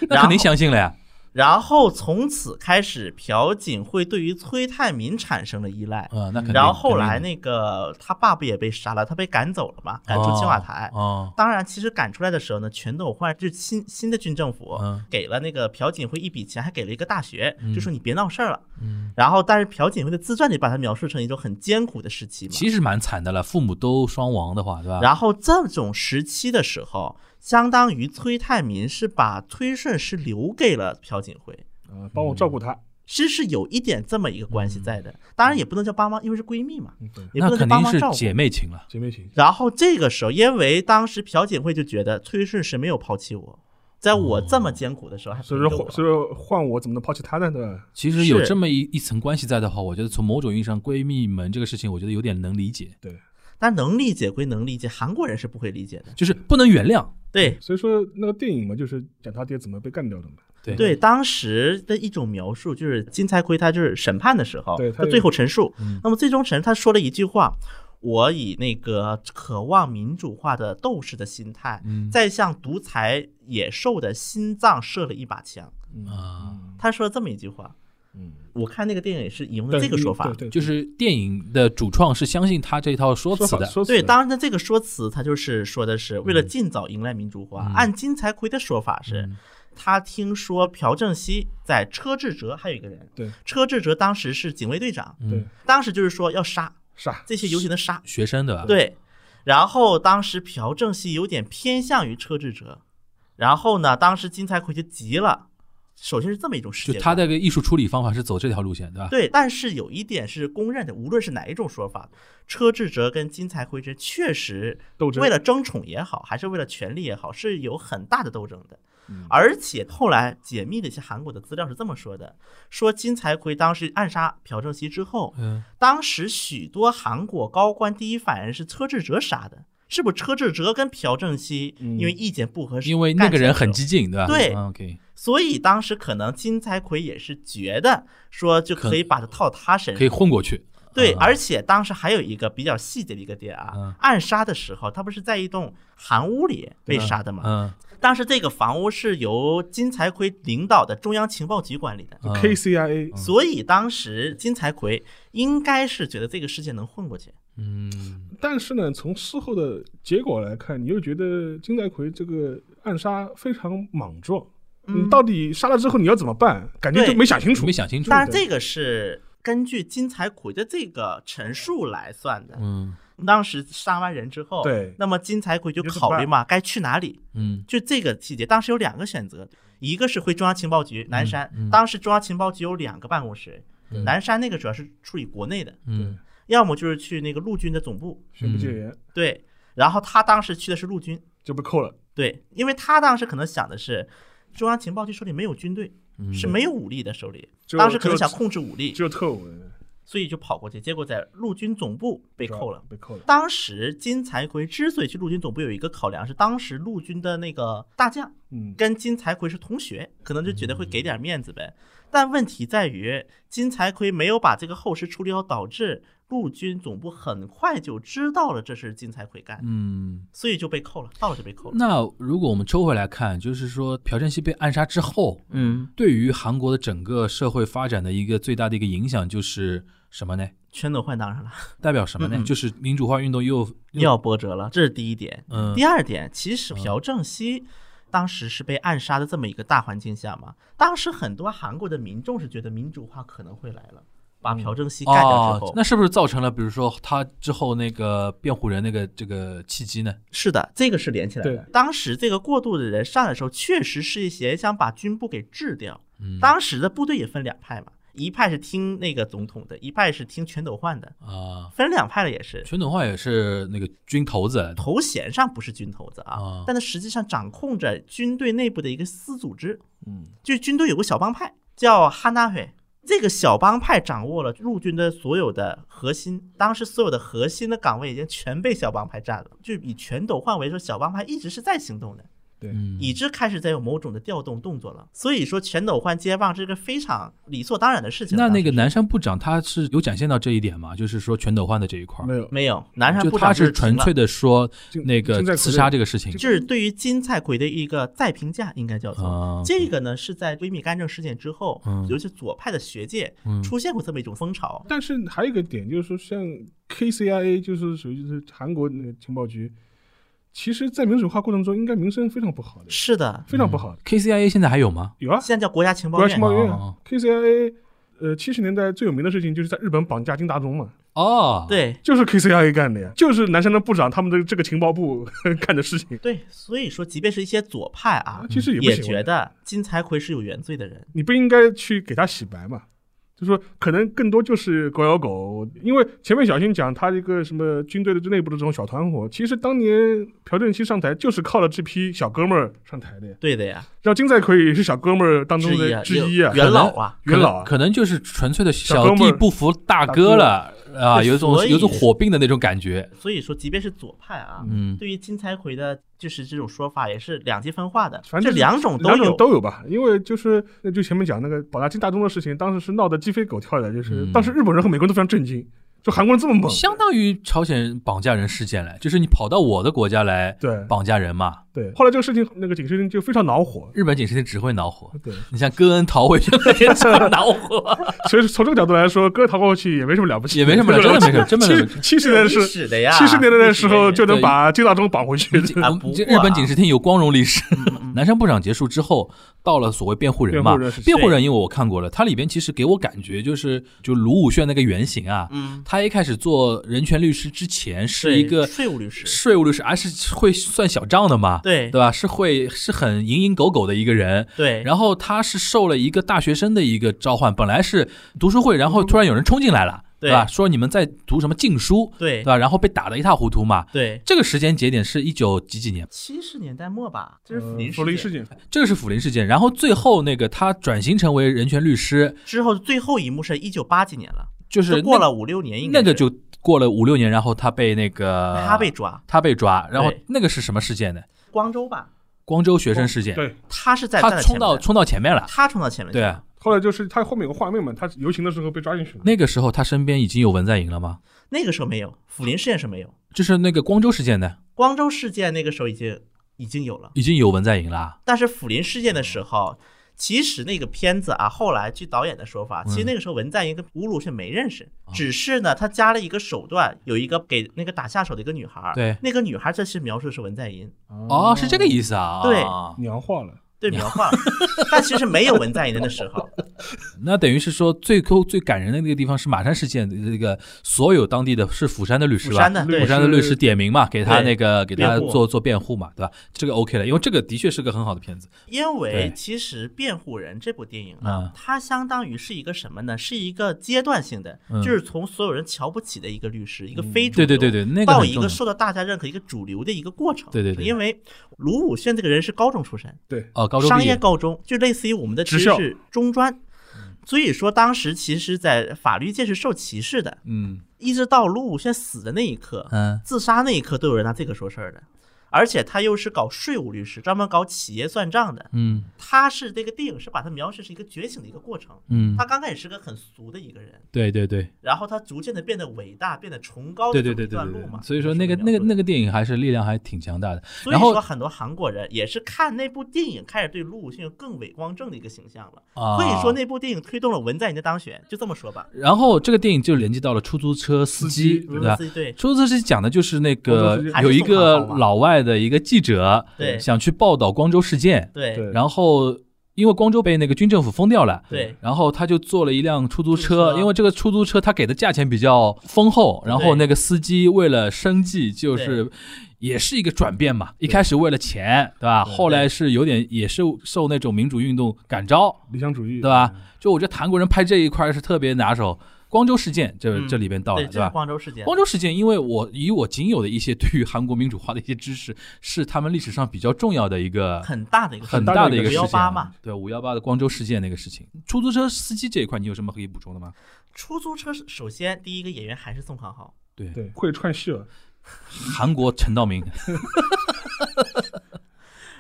那
然
肯定
后
相信了呀。
然后从此开始，朴槿惠对于崔泰民产生了依赖。
嗯，那肯定。
然后后来
肯定
那个他爸不也被杀了，他被赶走了嘛，赶出青瓦台。
哦，
当然，其实赶出来的时候呢，全斗焕就是新新的军政府
嗯
给了那个朴槿惠一笔钱，还给了一个大学，
嗯
就说你别闹事儿了。
嗯
然后，但是朴槿惠的自传里把它描述成一种很艰苦的时期嘛。
其实啊蛮惨的了，父母都双亡的话，对吧？
然后这种时期的时候，相当于崔泰民是把崔顺是留给了朴槿惠，
啊，帮我照顾他，
其实是有一点这么一个关系在的。当然也不能叫帮忙，因为是闺蜜嘛，
嗯对，
也
嗯那
不能叫
肯
帮
定
忙
是
照顾。
姐妹情了。
姐妹情，
然后这个时候，因为当时朴槿惠就觉得崔顺实没有抛弃我，在我这么艰苦的时候还
哦
陪
所以
着
说
我，
换，所以说换我怎么能抛弃他呢？对吧？
其实有
是
这么一一层关系在的话，我觉得从某种意义上，闺蜜们这个事情，我觉得有点能理解，
但能理解归能理解，韩国人是不会理解的。
就是不能原谅。
对
所以说那个电影嘛，就是讲他爹怎么被干掉的嘛。
对
对，当时的一种描述就是金财奎他就是审判的时候，
对他
他
有嗯
最后陈述，那么最终陈他说了一句话：“我以那个渴望民主化的斗士的心态，
嗯
在向独裁野兽的心脏射了一把枪。
啊，
他说了这么一句话，
嗯，
我看那个电影也是引用
对
了这个说法。
对对，
就是电影的主创是相信他这套说
说
辞
法
的，
说辞
对，
的
当然的这个说辞，他就是说的是为了尽早迎来民主化。
嗯
按金财奎的说法是，他听说朴正熙在车志哲还有一个人，
对
车志哲当时是警卫队长，
嗯
对啊
当时就是说要杀
傻，
这些游行的杀，
学生对吧？，
对。然后当时朴正熙有点偏向于车志哲，然后呢，当时金财奎就急了。首先是这么一种世界
就
观，
他的一个艺术处理方法是走这条路线，对吧？
对，但是有一点是公认的，无论是哪一种说法，车志哲跟金财辉之间确实
斗争
为了争宠也好，还是为了权力也好，是有很大的斗争的。
嗯
而且后来解密了一些韩国的资料是这么说的：说金财奎当时暗杀朴正熙之后，
嗯，
当时许多韩国高官第一反应是车志哲杀的，是不是车志哲跟朴正熙因为意见不合适，
嗯因为那个人很激进，对吧？
对
嗯，OK，
所以当时可能金财奎也是觉得说就
可
可以把它套他身上
可以。混过去。
对，
嗯
而且当时还有一个比较细节的一个点
嗯
啊，暗杀的时候，他不是在一栋韩屋里被杀的吗？
嗯
当时这个房屋是由金财奎领导的中央情报局管理的，
啊
嗯
KCIA
所以当时金财奎应该是觉得这个事件能混过去。
嗯，
但是呢，从事后的结果来看，你又觉得金在奎这个暗杀非常莽撞。
嗯
你到底杀了之后你要怎么办？感觉就
对
没想清楚
没。想清楚。
当然，这个是根据金财奎的这个陈述来算的。
嗯
当时杀完人之后，
对
那么金财奎就
你怎么
考虑嘛，该去哪里？
嗯
就这个细节，当时有两个选择，一个是回中央情报局南山，
嗯
当时中央情报局有两个办公室，
嗯
南山那个主要是处理国内的，
嗯
要么就是去那个陆军的总部，
宣布戒严
对，然后他当时去的是陆军，
就被扣了，
对，因为他当时可能想的是。中央情报局手里没有军队，
嗯，
是没有武力的手里。
只有
当时可能
只有
想控制武力，
只有特务人
所以就跑过去，结果在陆军总部被扣了。
被扣了。
当时金财奎之所以去陆军总部，有一个考量是，当时陆军的那个大将
嗯，
跟金财奎是同学，可能就觉得会
嗯
给点面子呗。但问题在于，金财奎没有把这个后事处理好，导致陆军总部很快就知道了这是金财奎干的，
嗯。
所以就被扣了，到了就被扣了。
那如果我们抽回来看，就是说朴正熙被暗杀之后，
嗯，
对于韩国的整个社会发展的一个最大的一个影响就是什么呢？
全斗焕当然了，
代表什么呢？
嗯嗯
就是民主化运动又
又要波折了，这是第一点。
嗯
第二点，其实朴正熙当时是被暗杀的这么一个大环境下嘛，当时很多韩国的民众是觉得民主化可能会来了，把朴正熙干掉之
嗯
后
哦，，那是不是造成了比如说他之后那个辩护人那个这个契机呢？
是的，这个是连起来的
对。
当时这个过渡的人上来的时候，确实是一些想把军部给治掉。
嗯
当时的部队也分两派嘛，一派是听那个总统的，一派是听全斗焕的，
啊，
分两派了也是。
全斗焕也是那个军头子，
头衔上不是军头子
啊
啊，但他实际上掌控着军队内部的一个私组织，
嗯，
就是军队有个小帮派叫哈纳会，这个小帮派掌握了陆军的所有的核心，当时所有的核心的岗位已经全被小帮派占了，就以全斗焕为说，小帮派一直是在行动的。
对，
嗯
已知开始在有某种的调动动作了。所以说全斗焕接棒这个非常理所当然的事情。啊
那那个
当时
南山部长他是有展现到这一点吗？就是说全斗焕的这一块儿，
没有
没有南山
就
部
他
长
是
是
纯粹
的，
的说
金
那个
金在奎
刺杀这个事情
这是对于金蔡奎的一个再评价，应该叫做、
哦
啊
这个呢是在微米干政事件之后，
嗯
尤其左派的学界、
嗯
出现过这么一种风潮。
但是还有一个点就是说，像 KCIA 就是属于就是韩国那个情报局，其实，在民主化过程中，应该名声非常不好的，
是的，
非常不好的。
KCIA 现在还有吗？
有啊，
现在叫国家情报
国家情
院。
报院
哦
啊，KCIA，呃，七十年代最有名的事情就是在日本绑架金大中嘛，
哦，，
对
就是 KCIA 干的呀，就是南山的部长他们的这个情报部 *laughs* 干的事情，
对，所以说即便是一些左派啊，
其实也不
也
行
觉得金蔡奎是有原罪的人。
你不应该去给他洗白嘛。就说可能更多就是狗咬狗，因为前面小新讲他一个什么军队的内部的这种小团伙，其实当年朴正熙上台就是靠了这批小哥们儿上台的呀，
对的呀，
让金在奎也是小哥们儿当中
之一
的
啊，
之一啊，
元老啊，
元老啊，
可能就是纯粹的
小哥
小
们
弟
儿
不服大哥了啊，
对
有一种
所以
有一种火并的那种感觉。
所以说，即便是左派啊，
嗯
对于金财奎的，就是这种说法也是两极分化的，
反正
这两种都
两
有
种。都有吧，因为就是那就前面讲那个保达金大中的事情，当时是闹得鸡飞狗跳的，就是、
嗯
当时日本人和美国人都非常震惊，就韩国人这么猛，
相当于朝鲜人绑架人事件来，就是你跑到我的国家来
对
绑架人嘛。
对。后来这个事情，那个警视厅就非常恼火，
日本警视厅只会恼火，
对，
你像戈恩逃回去了也只会
*laughs*
恼火，
所以从这个角度来说，哥逃过去也没什么了不起，
也没什么了，真的没事，真没事。
七七十年的
历
时，
史的呀，
七十年代的时候就
历史
能把金大中绑回去，
我
啊
们
不
嗯这
过
日本
啊
警视厅有光荣历史。
的呀嗯嗯
南山部长结束之后，到了所谓辩护人嘛
辩护人是，
辩护人因为我看过了，它里边其实给我感觉就是就卢武铉那个原型啊，
嗯，
他一开始做人权律师之前是
对
一个
税务律师，
税务律师，而是会算小账的嘛，
对
对吧？是会是很蝇营狗苟的一个人，
对，
然后他是受了一个大学生的一个召唤，本来是读书会，然后突然有人冲进来了，
对
对吧？说你们在读什么禁书，
对
对吧？然后被打得一塌糊涂嘛。
对，
这个时间节点是一九几几年，
七十年代末吧，这是
呃
福林
福林事
件
件，
这个是辅林事件。然后最后那个他转型成为人权律师，
之后最后一幕是一九八几年了，
就是
这
那
过了五六年，应该
那个
是
就过了五六年，然后他被那个
他被抓，
他被抓，然后
对
那个是什么事件呢？
光州吧，
光州学生事件，
对。
他是在
他冲到冲到前面了，
他冲到前面去
对
了，
啊。
后来就是他后面有个画面嘛，他游行的时候被抓进去了。
那个时候他身边已经有文在寅了吗？
那个时候没有，福林事件是没有，
就是那个光州事件呢，
光州事件那个时候已经已经有了，
已经有文在寅啊啦。
但是福林事件的时候。其实那个片子啊，后来据导演的说法，其实那个时候文在寅跟吴鲁是没认识，只是呢他加了一个手段，有一个给那个打下手的一个女孩儿，
对
那个女孩儿这是描述的是文在寅，
哦，是这个意思啊。
对
啊
娘化了，
对描画，但其实没有文在寅的那时候，
那等于是说最后最感人的那个地方是马山事件的这个所有当地的是釜山的律师
釜
吧？
山的
对
釜
对
山的律师点名嘛，给他
对
那个给他
辩护
做做辩护嘛，对吧？这个 OK 了，因为这个的确是个很好的片子。
因为
对
其实《辩护人》这部电影
嗯
啊，它相当于是一个什么呢？是一个阶段性的，
嗯
就是从所有人瞧不起的一个律师，一个非主
对
流，
对对对，那个
到
很
一
重
个
要。
受到大家认可、一个主流的一个过程。
对对对
因为卢武铉这个人是高中出身，
对，
哦，高中
商
毕
业
业，
高中，就类似于我们的
职
其实
校
是中专，
嗯
所以说当时其实，在法律界是受歧视的，
嗯
一直到卢武铉死的那一刻，
嗯，
自杀那一刻都有人拿这个说事儿的，而且他又是搞税务律师，专门搞企业算账的。
嗯
他是这个电影是把他描写是一个觉醒的一个过程。
嗯
他，刚开始是个很俗的一个人，
对对对
然后他逐渐的变得伟大，变得崇高的
对对对
这么一
对
段
对
路嘛。
对。所以说那个那个那
个，
个电影还是力量还挺强大的。
所以
然后
说很多韩国人也是看那部电影开始对卢武铉有更伟光正的一个形象了。
啊，
所以说那部电影推动了文在寅的当选，就这么说吧。
然后这个电影就连接到了出租车司
司
机，
机
对吧？
对对
出租车司机讲的就是那
出
个
租车司
机
有一个
还是送汉堡嘛
老外的一个记者，
对
想去报道光州事件，
对
对
然后因为光州被那个军政府封掉了，
对
然后他就坐了一辆出租
出租
车，
车
因为这个出租车他给的价钱比较丰厚，然后
对
那个司机为了生计，就是也是一个转变嘛。一开始为了钱，对吧？
对
后来是有点也是受那种民主运动感召，
理想主义，
对吧？就我觉得韩国人拍这一块是特别拿手。光州事件这
嗯
这里边到了，
对，这是
吧？
光州事件。
光州事件，因为我以我仅有的一些对于韩国民主化的一些知识，是他们历史上比较重要的一个
很大的一个
很
大
大
的
的一
一
个
个
事情啊
518嘛，
对五幺八的光州事件那个事情，出租车司机这一块，你有什么可以补充的吗？
出租车，首先第一个演员还是宋康昊，
对，
对，会串戏了，
韩国陈道明，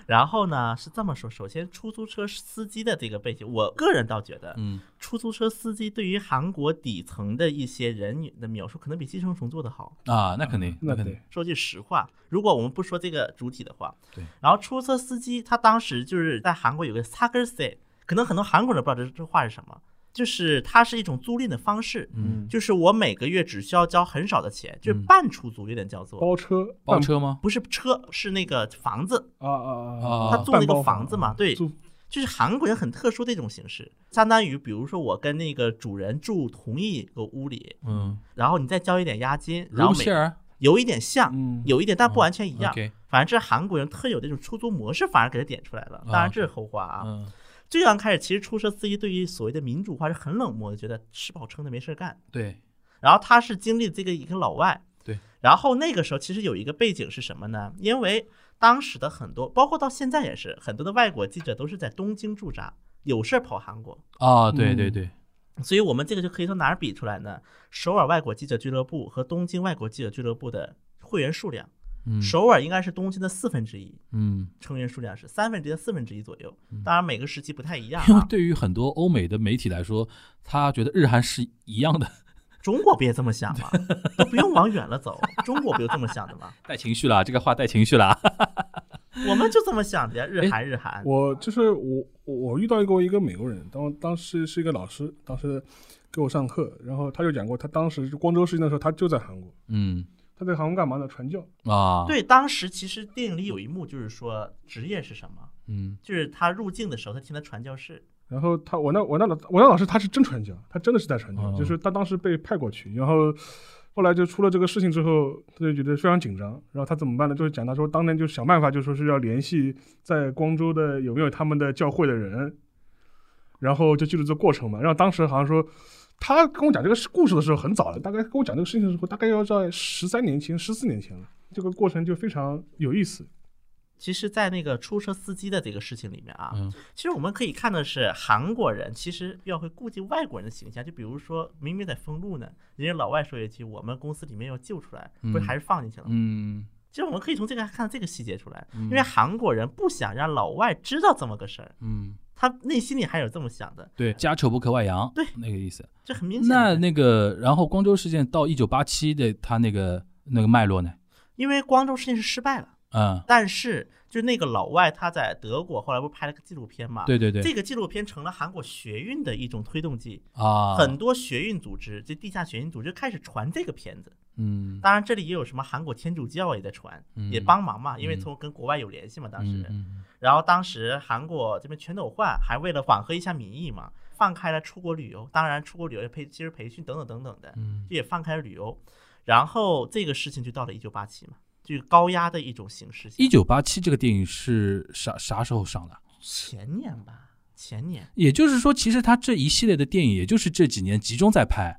然后呢，是这么说：首先，出租车司机的这个背景，我个人倒觉得，
嗯，
出租车司机对于韩国底层的一些人的描述，可能比《寄生虫》做得好。
啊，那肯定，
嗯那
肯定
对，，
说句实话，如果我们不说这个主体的话，
对。
然后，出租车司机他当时就是在韩国有个 s a g e r s a y 可能很多韩国人不知道这这话是什么，就是它是一种租赁的方式，
嗯，
就是我每个月只需要交很少的钱，就是
嗯
半出租，有点叫做。
包车，
包车吗？
不是车，是那个房子，
啊啊啊
啊
啊，
他租那
半
个
包
房子嘛，对，
租
就是韩国人很特殊的一种形式，相当于比如说我跟那个主人住同一个屋里，
嗯，
然后你再交一点押金，然
卢
后
谢
每
尔
有一点像，
嗯，
有一点但不完全一样。
啊，OK，
反正这是韩国人特有的一种出租模式，反而给他点出来了。当然这是后话啊。
嗯，
最刚开始，其实出租车司机对于所谓的民主化是很冷漠的，觉得吃饱撑的没事儿干。
对，
然后他是经历这个一个老外，
对。
然后那个时候其实有一个背景是什么呢？因为当时的很多，包括到现在也是，很多的外国记者都是在东京驻扎，有事儿跑韩国。
啊，对
嗯
对对，
所以我们这个就可以从哪儿比出来呢？首尔外国记者俱乐部和东京外国记者俱乐部的会员数量，
嗯
首尔应该是东京的四分之一，
嗯，
成员数量是三分之一到四分之一左右。当然每个时
*laughs*
期不太一样、
因为
啊，
对于很多欧美的媒体来说，他觉得日韩是一样的，
中国不也这么想吗？都不用往远了走，中国不就这么想的
*laughs*
吗？
带情绪了，这个话带情绪了。
我们就这么想的呀，日韩日韩。
我就是我，我遇到过一个美国人，当当时是一个老师，当时给我上课，然后他就讲过，他当时光州事件的时候，他就在韩国，
嗯
他在韩国干嘛呢？传教。
啊，，
对，当时其实电影里有一幕就是说职业是什么，
嗯
就是他入境的时候，他听的传教士，
然后他，我那我那老我那老师他是真传教，他真的是在传教，
哦
就是他当时被派过去，然后后来就出了这个事情之后，他就觉得非常紧张，然后他怎么办呢？就是讲他说当年就想办法，就说是要联系在光州的有没有他们的教会的人，然后就记录这过程嘛。然后当时好像说。他跟我讲这个故事的时候很早了，大概跟我讲这个事情的时候，大概要在十三年前、十四年前了。这个过程就非常有意思。
其实，在那个出租车司机的这个事情里面啊，
嗯
其实我们可以看的是，韩国人其实要会顾及外国人的形象。就比如说，明明在封路呢，人家老外说一句“我们公司里面要救出来”，不是
嗯
还是放进去了吗？
嗯
其实我们可以从这个看这个细节出来，因为韩国人不想让老外知道这么个事儿，
嗯，
他内心里还有这么想的，
对，家丑不可外扬，
对
那个意思。
这很明显
那
的。
那个，然后光州事件到一九八七的他那个那个脉络呢？
因为光州事件是失败了，
嗯，
但是就那个老外他在德国后来不是拍了个纪录片嘛？
对对对，
这个纪录片成了韩国学运的一种推动剂。
啊，
很多学运组织，这地下学运组织开始传这个片子。
嗯
当然，这里也有什么韩国天主教也在传，
嗯
也帮忙嘛，因为
嗯
从跟国外有联系嘛，当
嗯
时。
嗯
然后当时韩国这边全斗焕还为了缓和一下民意嘛，放开了出国旅游，当然出国旅游也培其实培训等等等等的，
嗯
这也放开了旅游。然后这个事情就到了一九八七嘛，就是高压的一种形式下。
一九八七这个电影是啥啥时候上的？
前年吧，前年
也就是说，其实他这一系列的电影，也就是这几年集中在拍。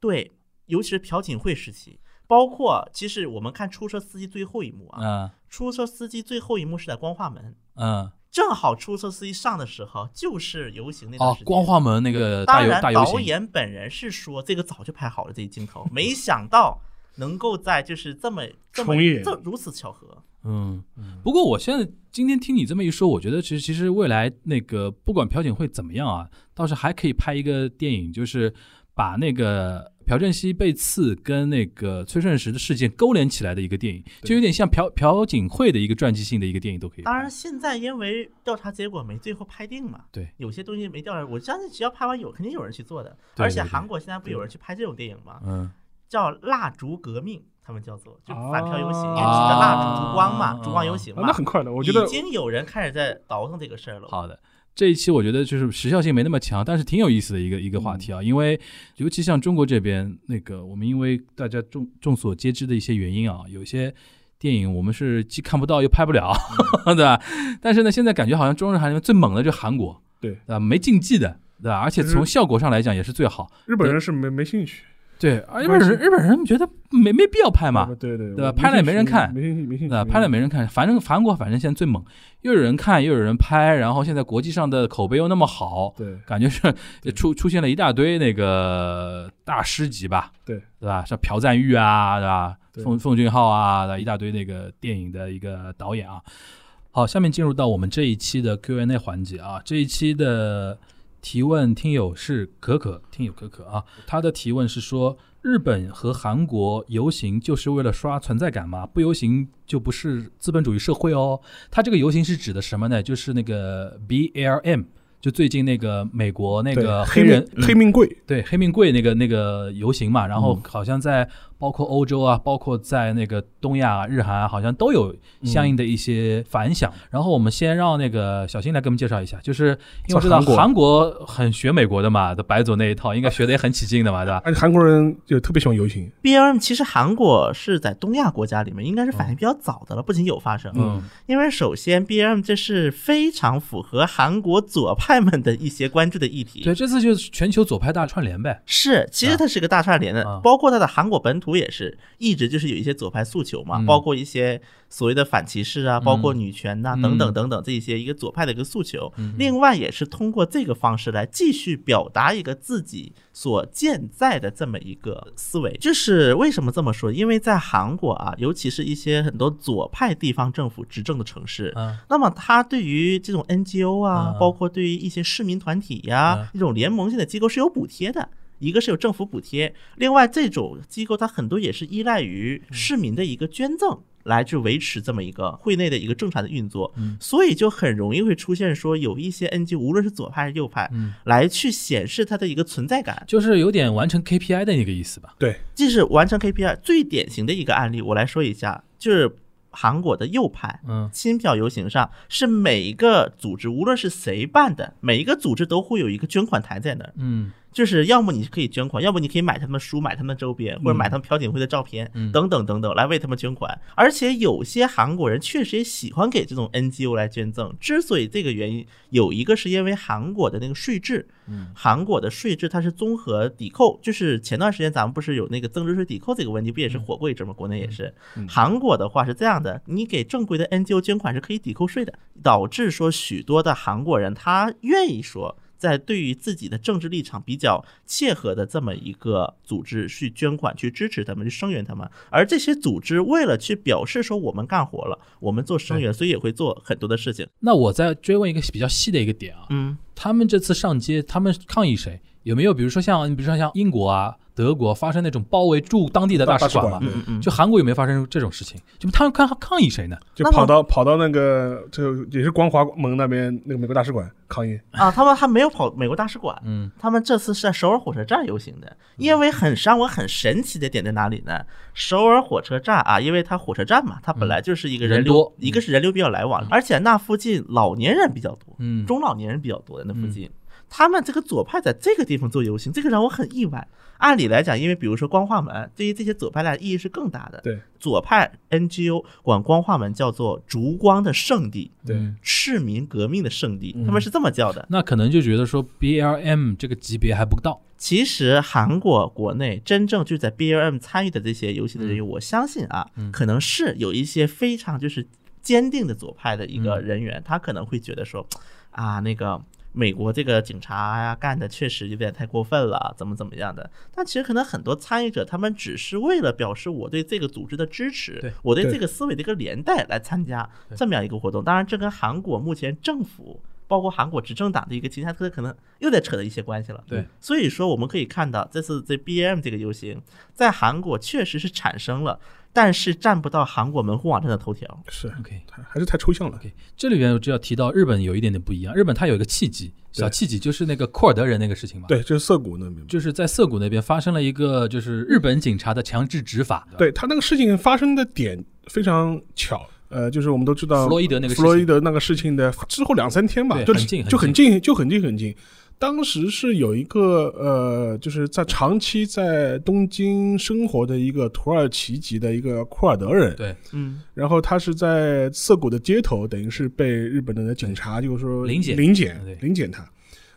对，尤其是朴槿惠时期，包括其实我们看出租车司机最后一幕啊，
嗯
出租车司机最后一幕是在光化门，
嗯，
正好出租车司机上的时候就是游行那段
哦
时，间
光。化门那个大
当
游
然，
大游
导
行，
演本人是说这个早就拍好了这一镜头，没想到能够在就是这么这么
重演
这如此巧合。
嗯。不过我现在今天听你这么一说，我觉得其实其实未来那个不管朴槿惠怎么样啊，倒是还可以拍一个电影，就是把那个。朴正熙被刺跟那个崔顺实的事件勾连起来的一个电影，就有点像朴朴槿惠的一个传记性的一个电影都可以拍。
当然，现在因为调查结果没最后拍定嘛，
对，
有些东西没调查，我相信只要拍完有肯定有人去做的。
对
而且
对对
韩国现在不有人去拍这种电影吗？
嗯，
叫蜡烛革命，他们叫做就反朴游行，
啊
也指的蜡烛烛光嘛
啊，
烛光游行
啊
嘛。
那很快乐，我觉得
哎已经有人开始在倒腾这个事儿了。
好的，这一期我觉得就是时效性没那么强，但是挺有意思的一个一个话题啊，因为尤其像中国这边那个，我们因为大家众众所皆知的一些原因啊，有一些。电影我们是既看不到又拍不了， *laughs* 对吧？但是呢，现在感觉好像中日韩里面最猛的就是韩国，
对
啊，没禁忌的，对吧？而且
就是
从效果上来讲也是最好，
日本人是没没兴趣。
对。而日
关
本
系
人日本人觉得没没必要拍嘛，
对对
对吧
我
拍了也没人看
没兴趣，没兴趣，没兴趣。
啊，拍了
没
没人看，反正韩国反正现在最猛，又有人看又有人拍，然后现在国际上的口碑又那么好，
兴趣？
感觉是出出现了一大堆那个大师级吧，
对
对吧？像朴赞玉啊，对吧？
对
奉奉俊昊啊，对吧一大堆那个电影的一个导演啊。好，下面进入到我们这一期的 Q&A 环节啊，这一期的提问听友是可可，听友可可啊，他的提问是说，日本和韩国游行就是为了刷存在感吗？不游行就不是资本主义社会哦。他这个游行是指的什么呢？就是那个 BLM，就最近那个美国那
对，
个
黑
人嗯
命黑命贵，
对黑命贵那个那个游行嘛，然
嗯
后好像在包括欧洲啊，包括在那个东亚、啊、日韩啊，好像都有相应的一些反响。
嗯
然后我们先让那个小新来给我们介绍一下，就是因为我知道
在韩国
韩国很学美国的嘛，白左那一套，应该学的也很起劲的嘛，对吧？
而且韩国人就特别喜欢游行。
B L M 其实韩国是在东亚国家里面应该
嗯
是反应比较早的了，不仅有发生，
嗯，
因为首先 B L M 这是非常符合韩国左派们的一些关注的议
对，
题。
这次就是全球左派大串联呗。
是，其实它是个大串联
啊
的，包括它的韩国本土也是一直就是有一些左派诉求嘛，
嗯
包括一些所谓的反歧视啊，包括女权呐、
嗯
等等等等这一些一个左派的一个诉求。另外也是通过这个方式来继续表达一个自己所健在的这么一个思维。就是为什么这么说？因为在韩国啊，尤其是一些很多左派地方政府执政的城市，
嗯
那么他对于这种 NGO 啊，
嗯
包括对于一些市民团体呀、
嗯
一种联盟性的机构是有补贴的。一个是有政府补贴，另外这种机构它很多也是依赖于
嗯
市民的一个捐赠。来去维持这么一个会内的一个正常的运作，
嗯
所以就很容易会出现说有一些 NG，无论是左派还是右派，
嗯
来去显示它的一个存在感。
就是有点完成 KPI 的那个意思吧。
对，
即使完成 KPI，最典型的一个案例，我来说一下，就是韩国的右派，
嗯
亲票游行上是每一个组织，无论是谁办的，每一个组织都会有一个捐款台在那儿，
嗯
就是要么你可以捐款，要么你可以买他们书、买他们周边，或者买他们朴槿惠的照片，
嗯
等等等等，来为他们捐款。而且有些韩国人确实也喜欢给这种 NGO 来捐赠，之所以这个原因，有一个是因为韩国的那个税制，
嗯
韩国的税制它是综合抵扣，就是前段时间咱们不是有那个增值税抵扣这个问题，不
嗯
也是火过一阵吗？国内也是，韩国的话是这样的，你给正规的 NGO 捐款是可以抵扣税的，导致说许多的韩国人他愿意说。在对于自己的政治立场比较切合的这么一个组织去捐款、去支持他们、去声援他们，而这些组织为了去表示说我们干活了，我们做声援，所以也会做很多的事情。
那我再追问一个比较细的一个点啊，
嗯，
他们这次上街，他们抗议谁？有没有比如说像，比如说像英国啊、德国发生那种包围驻当地的大使馆嘛
大？使馆
嗯嗯
就韩国有没有发生这种事情？就他们抗抗议谁呢？
就
那么
跑到跑到那个就也是光华盟那边那个美国大使馆抗议，
啊，他们还没有跑美国大使馆，
嗯，
他们这次是在首尔火车站游行的，因为很让我很神奇的点在哪里呢？首尔火车站啊，因为它火车站嘛，它本来就是一个
嗯人
人流，
多嗯
一个是人流比较来往，而且那附近老年人比较多，
嗯
中老年人比较多的那附近。他们这个左派在这个地方做游行，这个让我很意外。按理来讲，因为比如说光化门，对于这些左派来讲意义是更大的。
对，
左派 NGO 管光化门叫做“烛光的圣地”，
对
嗯
市民革命的圣地，他们是这么叫的。
那可能就觉得说 BLM 这个级别还不到，
其实韩国国内真正就在 BLM 参与的这些游戏的人员，我相信啊，可能是有一些非常就是坚定的左派的一个
嗯
人员，他可能会觉得说，啊，那个美国这个警察呀、干的确实有点太过分了，怎么怎么样的。但其实可能很多参与者他们只是为了表示我对这个组织的支
对
持，我对
对
这个思维的一个连带来参加这么样一个活动。当然，这跟韩国目前政府。包括韩国执政党的一个其他特可能又在扯到一些关系了，
对，
所以说，我们可以看到，这次这 BM 这个游行在韩国确实是产生了，但是占不到韩国门户网站的头条。
是
OK
还还是太抽象了。
OK，这里边我就要提到日本有一点点不一样，日本它有一个契机，小契机就是那个库尔德人那个事情嘛，，
对，就是涩谷那边。
就是在涩谷那边发生了一个就是日本警察的强制执法，吧，
对他那个事情发生的点非常巧，呃，就是我们都知道
弗洛伊德那个事
弗
情
洛伊德那个事情的之后两三天吧，
对
就
很近
就
很
很近，就很近很近。当时是有一个呃，就是在长期在东京生活的一个土耳其籍的一个库尔德人，
对，
嗯，
然后他是在涩谷的街头，等于是被日本的警察就是说
临检
临检
对
临检他，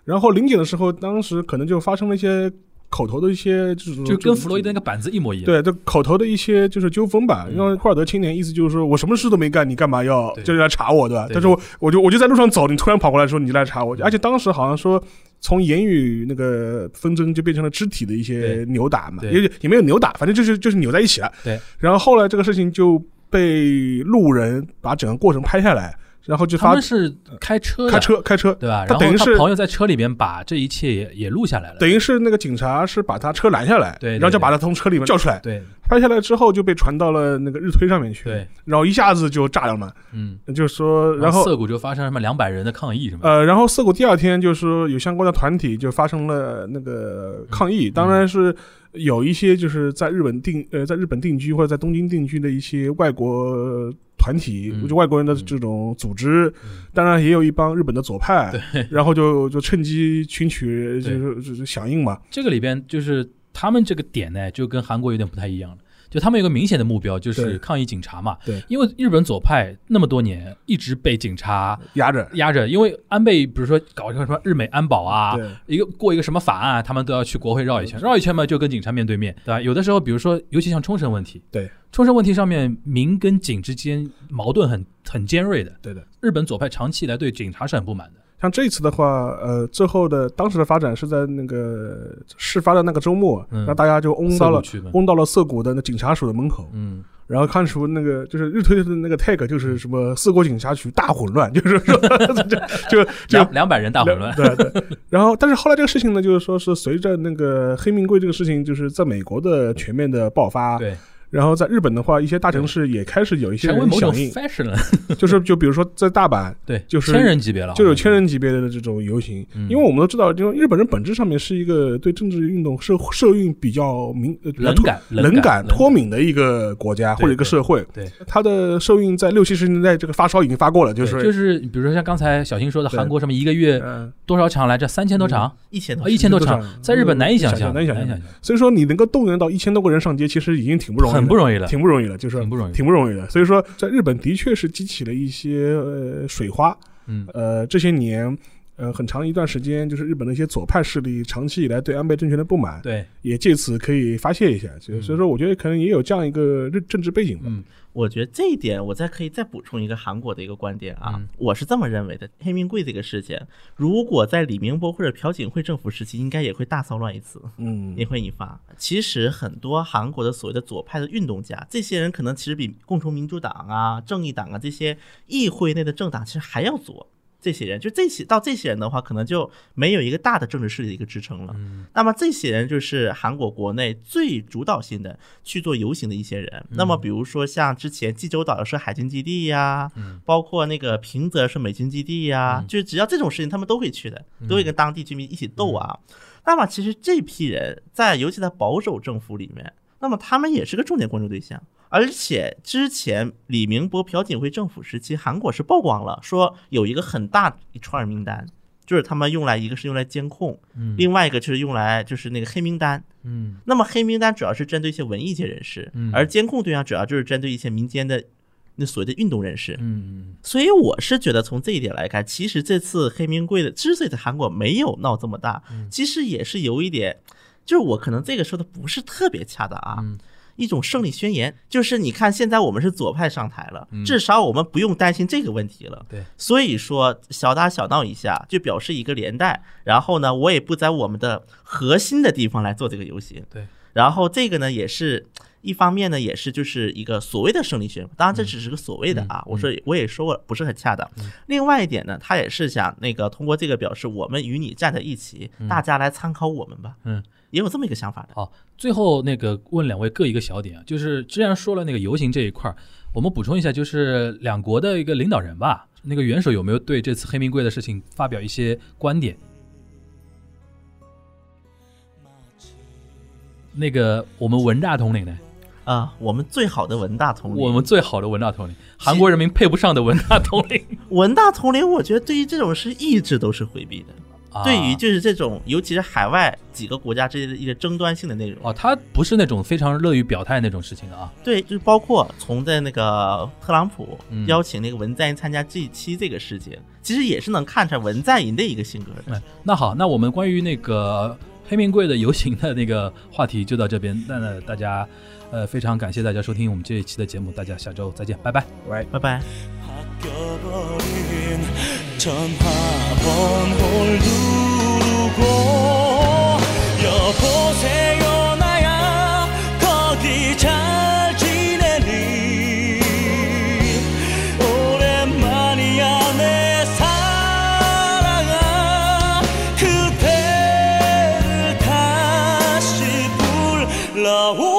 然后临检的时候，当时可能就发生了一些口头的一些这种这
就
种
跟弗洛伊德那个板子一模一样，嗯
对，这口头的一些就是纠纷吧，因为库尔德青年意思就是说我什么事都没干，你干嘛要
对
就是来查我，对吧？
对嗯
但是我我就我就在路上走，你突然跑过来说你来查我，而且当时好像说从言语那个纷争就变成了肢体的一些
对
扭打嘛，
对
也也没有扭打，反正就是就是扭在一起了。
对，
然后后来这个事情就被路人把整个过程拍下来，然后就
他
发
们是开车的
开车开车，
对吧？
他
然后
等于
他
是
朋友在车里面把这一切也也录下来了，
等于是那个警察是把他车拦下来，
对对
然后就把他从车里面叫出来，
对
拍下来之后就被传到了那个日推上面去，
对，
然后一下子就炸了嘛。
嗯，
就是说，然后
涩谷就发生什么两百人的抗议什么的，
呃，然后涩谷第二天就是说有相关的团体就发生了那个
嗯
抗议，当然是有一些就是在日本定呃在日本定居或者在东京定居的一些外国。团体
嗯
就外国人的这种组织，当然也有一帮日本的左派，然后就就趁机群取，就
对
是就是响应嘛，
这个里边就是他们这个点呢，就跟韩国有点不太一样了。就他们有个明显的目标，就是
对
抗议警察嘛。
对
因为日本左派那么多年一直被警察
压着，
压着，因为安倍比如说搞一个什么日美安保啊，
对
一个过一个什么法案，他们都要去国会绕一
嗯
圈，绕一圈嘛就跟警察面对面，对吧？有的时候，比如说尤其像冲绳问题，
对
冲绳问题上面民跟警之间矛盾很很尖锐的，
对的。
日本左派长期以来对警察是很不满的。
像这次的话，呃，最后的当时的发展是在那个事发的那个周末，
嗯
然后大家就嗡
涩
到
谷
了
区嘛
嗡到了涩谷的那警察署的门口，
嗯，
然后看出那个就是日推的那个 tag 就是什么四国警察局大混乱， *laughs* 就是说就就就
两两百人大混乱，
对对。然后，但是后来这个事情呢，就是说是随着那个黑名贵这个事情，就是在美国的全面的爆发，
对，
然后在日本的话，一些大城市也开始有一些
成为
人
某种
响应，
fashion 了，
就是就比如说在大阪，
对，
就是
千人级别了，
就有千人级别的这种游行，
啊嗯
因为我们都知道，因为日本人本质上面是一个对政治运动社社运比较敏呃比较
冷
脱
感
冷
感
脱敏的一个国家
对
或者一个社会，
对，
它的社运在六七十年代这个发烧已经发过了，就
对
是
就是是比如说像刚才小新说的，
对
韩国什么一个月
嗯，
多少场来着？三千多场
一千
啊，
多
一千多场
多少，
在日本难以想象，
难以想象
象，
所以说你能够动员到一千多个人上街，其实已经挺不容易了，
很不容易了，
挺不容易了，就是
挺不容易，
挺不容易的。所以说，在日本的确是激起了一些呃水花，
嗯，
呃，这些年。呃，很长一段时间，就是日本的一些左派势力长期以来对安倍政权的不满，
对，
也借此可以发泄一下。所以
嗯
所以说，我觉得可能也有这样一个政政治背景吧。
嗯
我觉得这一点，我再可以再补充一个韩国的一个观点啊，
嗯
我是这么认为的：黑名贵这个事情，如果在李明博或者朴槿惠政府时期，应该也会大骚乱一次，
嗯
也会引发。其实很多韩国的所谓的左派的运动家，这些人可能其实比共同民主党啊、正义党啊这些议会内的政党其实还要左。这些人就这些到这些人的话，可能就没有一个大的政治势力的一个支撑了。
嗯
那么这些人就是韩国国内最主导性的去做游行的一些人。
嗯
那么比如说像之前济州岛的是海军基地呀、
嗯
包括那个平泽是美军基地呀、
嗯
就是只要这种事情他们都会去的，都会跟当地居民一起斗啊。那么其实这批人在尤其在保守政府里面，那么他们也是个重点关注对象。而且之前李明博、朴槿惠政府时期，韩国是曝光了，说有一个很大一串名单，就是他们用来一个是用来监控，
嗯
另外一个就是用来就是那个黑名单。
嗯
那么黑名单主要是针对一些文艺界人士，
嗯
而监控对象主要就是针对一些民间的那所谓的运动人士。
嗯
所以我是觉得从这一点来看，其实这次黑名贵的之所以在韩国没有闹这么大，其实也是有一点，就是我可能这个说的不是特别恰当啊。
嗯
一种胜利宣言，就是你看，现在我们是左派上台了，
嗯
至少我们不用担心这个问题了。
对，
所以说小打小闹一下，就表示一个连带。然后呢，我也不在我们的核心的地方来做这个游行。
对，
然后这个呢，也是一方面呢，也是就是一个所谓的胜利宣言，当然这只是个所谓的啊，
嗯
我说我也说过不是很恰当。另外一点呢，他也是想那个通过这个表示我们与你站在一起，大家来参考我们吧。
嗯，
也有这么一个想法的。
好，最后那个问两位各一个小点啊，就是既然说了那个游行这一块儿，我们补充一下，就是两国的一个领导人吧，那个元首有没有对这次黑名贵的事情发表一些观点？那个我们文大统领呢？
啊，我们最好的文大统领，
我们最好的文大统领，韩国人民配不上的文大统领。
文大统领，我觉得对于这种事一直都是回避的。
啊
对于就是这种，尤其是海外几个国家之间的一个争端性的内容，
哦，他不是那种非常乐于表态那种事情的啊。
对，就是包括从在那个特朗普
嗯
邀请那个文在寅参加 G 七这个事情，其实也是能看出来文在寅的一个性格的。
嗯，那好，那我们关于那个黑名贵的游行的那个话题就到这边。那那大家，呃，非常感谢大家收听我们这一期的节目，大家下周再见，拜拜。
拜拜。
바뀌어버린 전화번호를 누르고 여보세요 나야 거기 잘 지내니 오랜만이야 내 사랑아 그대를 다시 불러오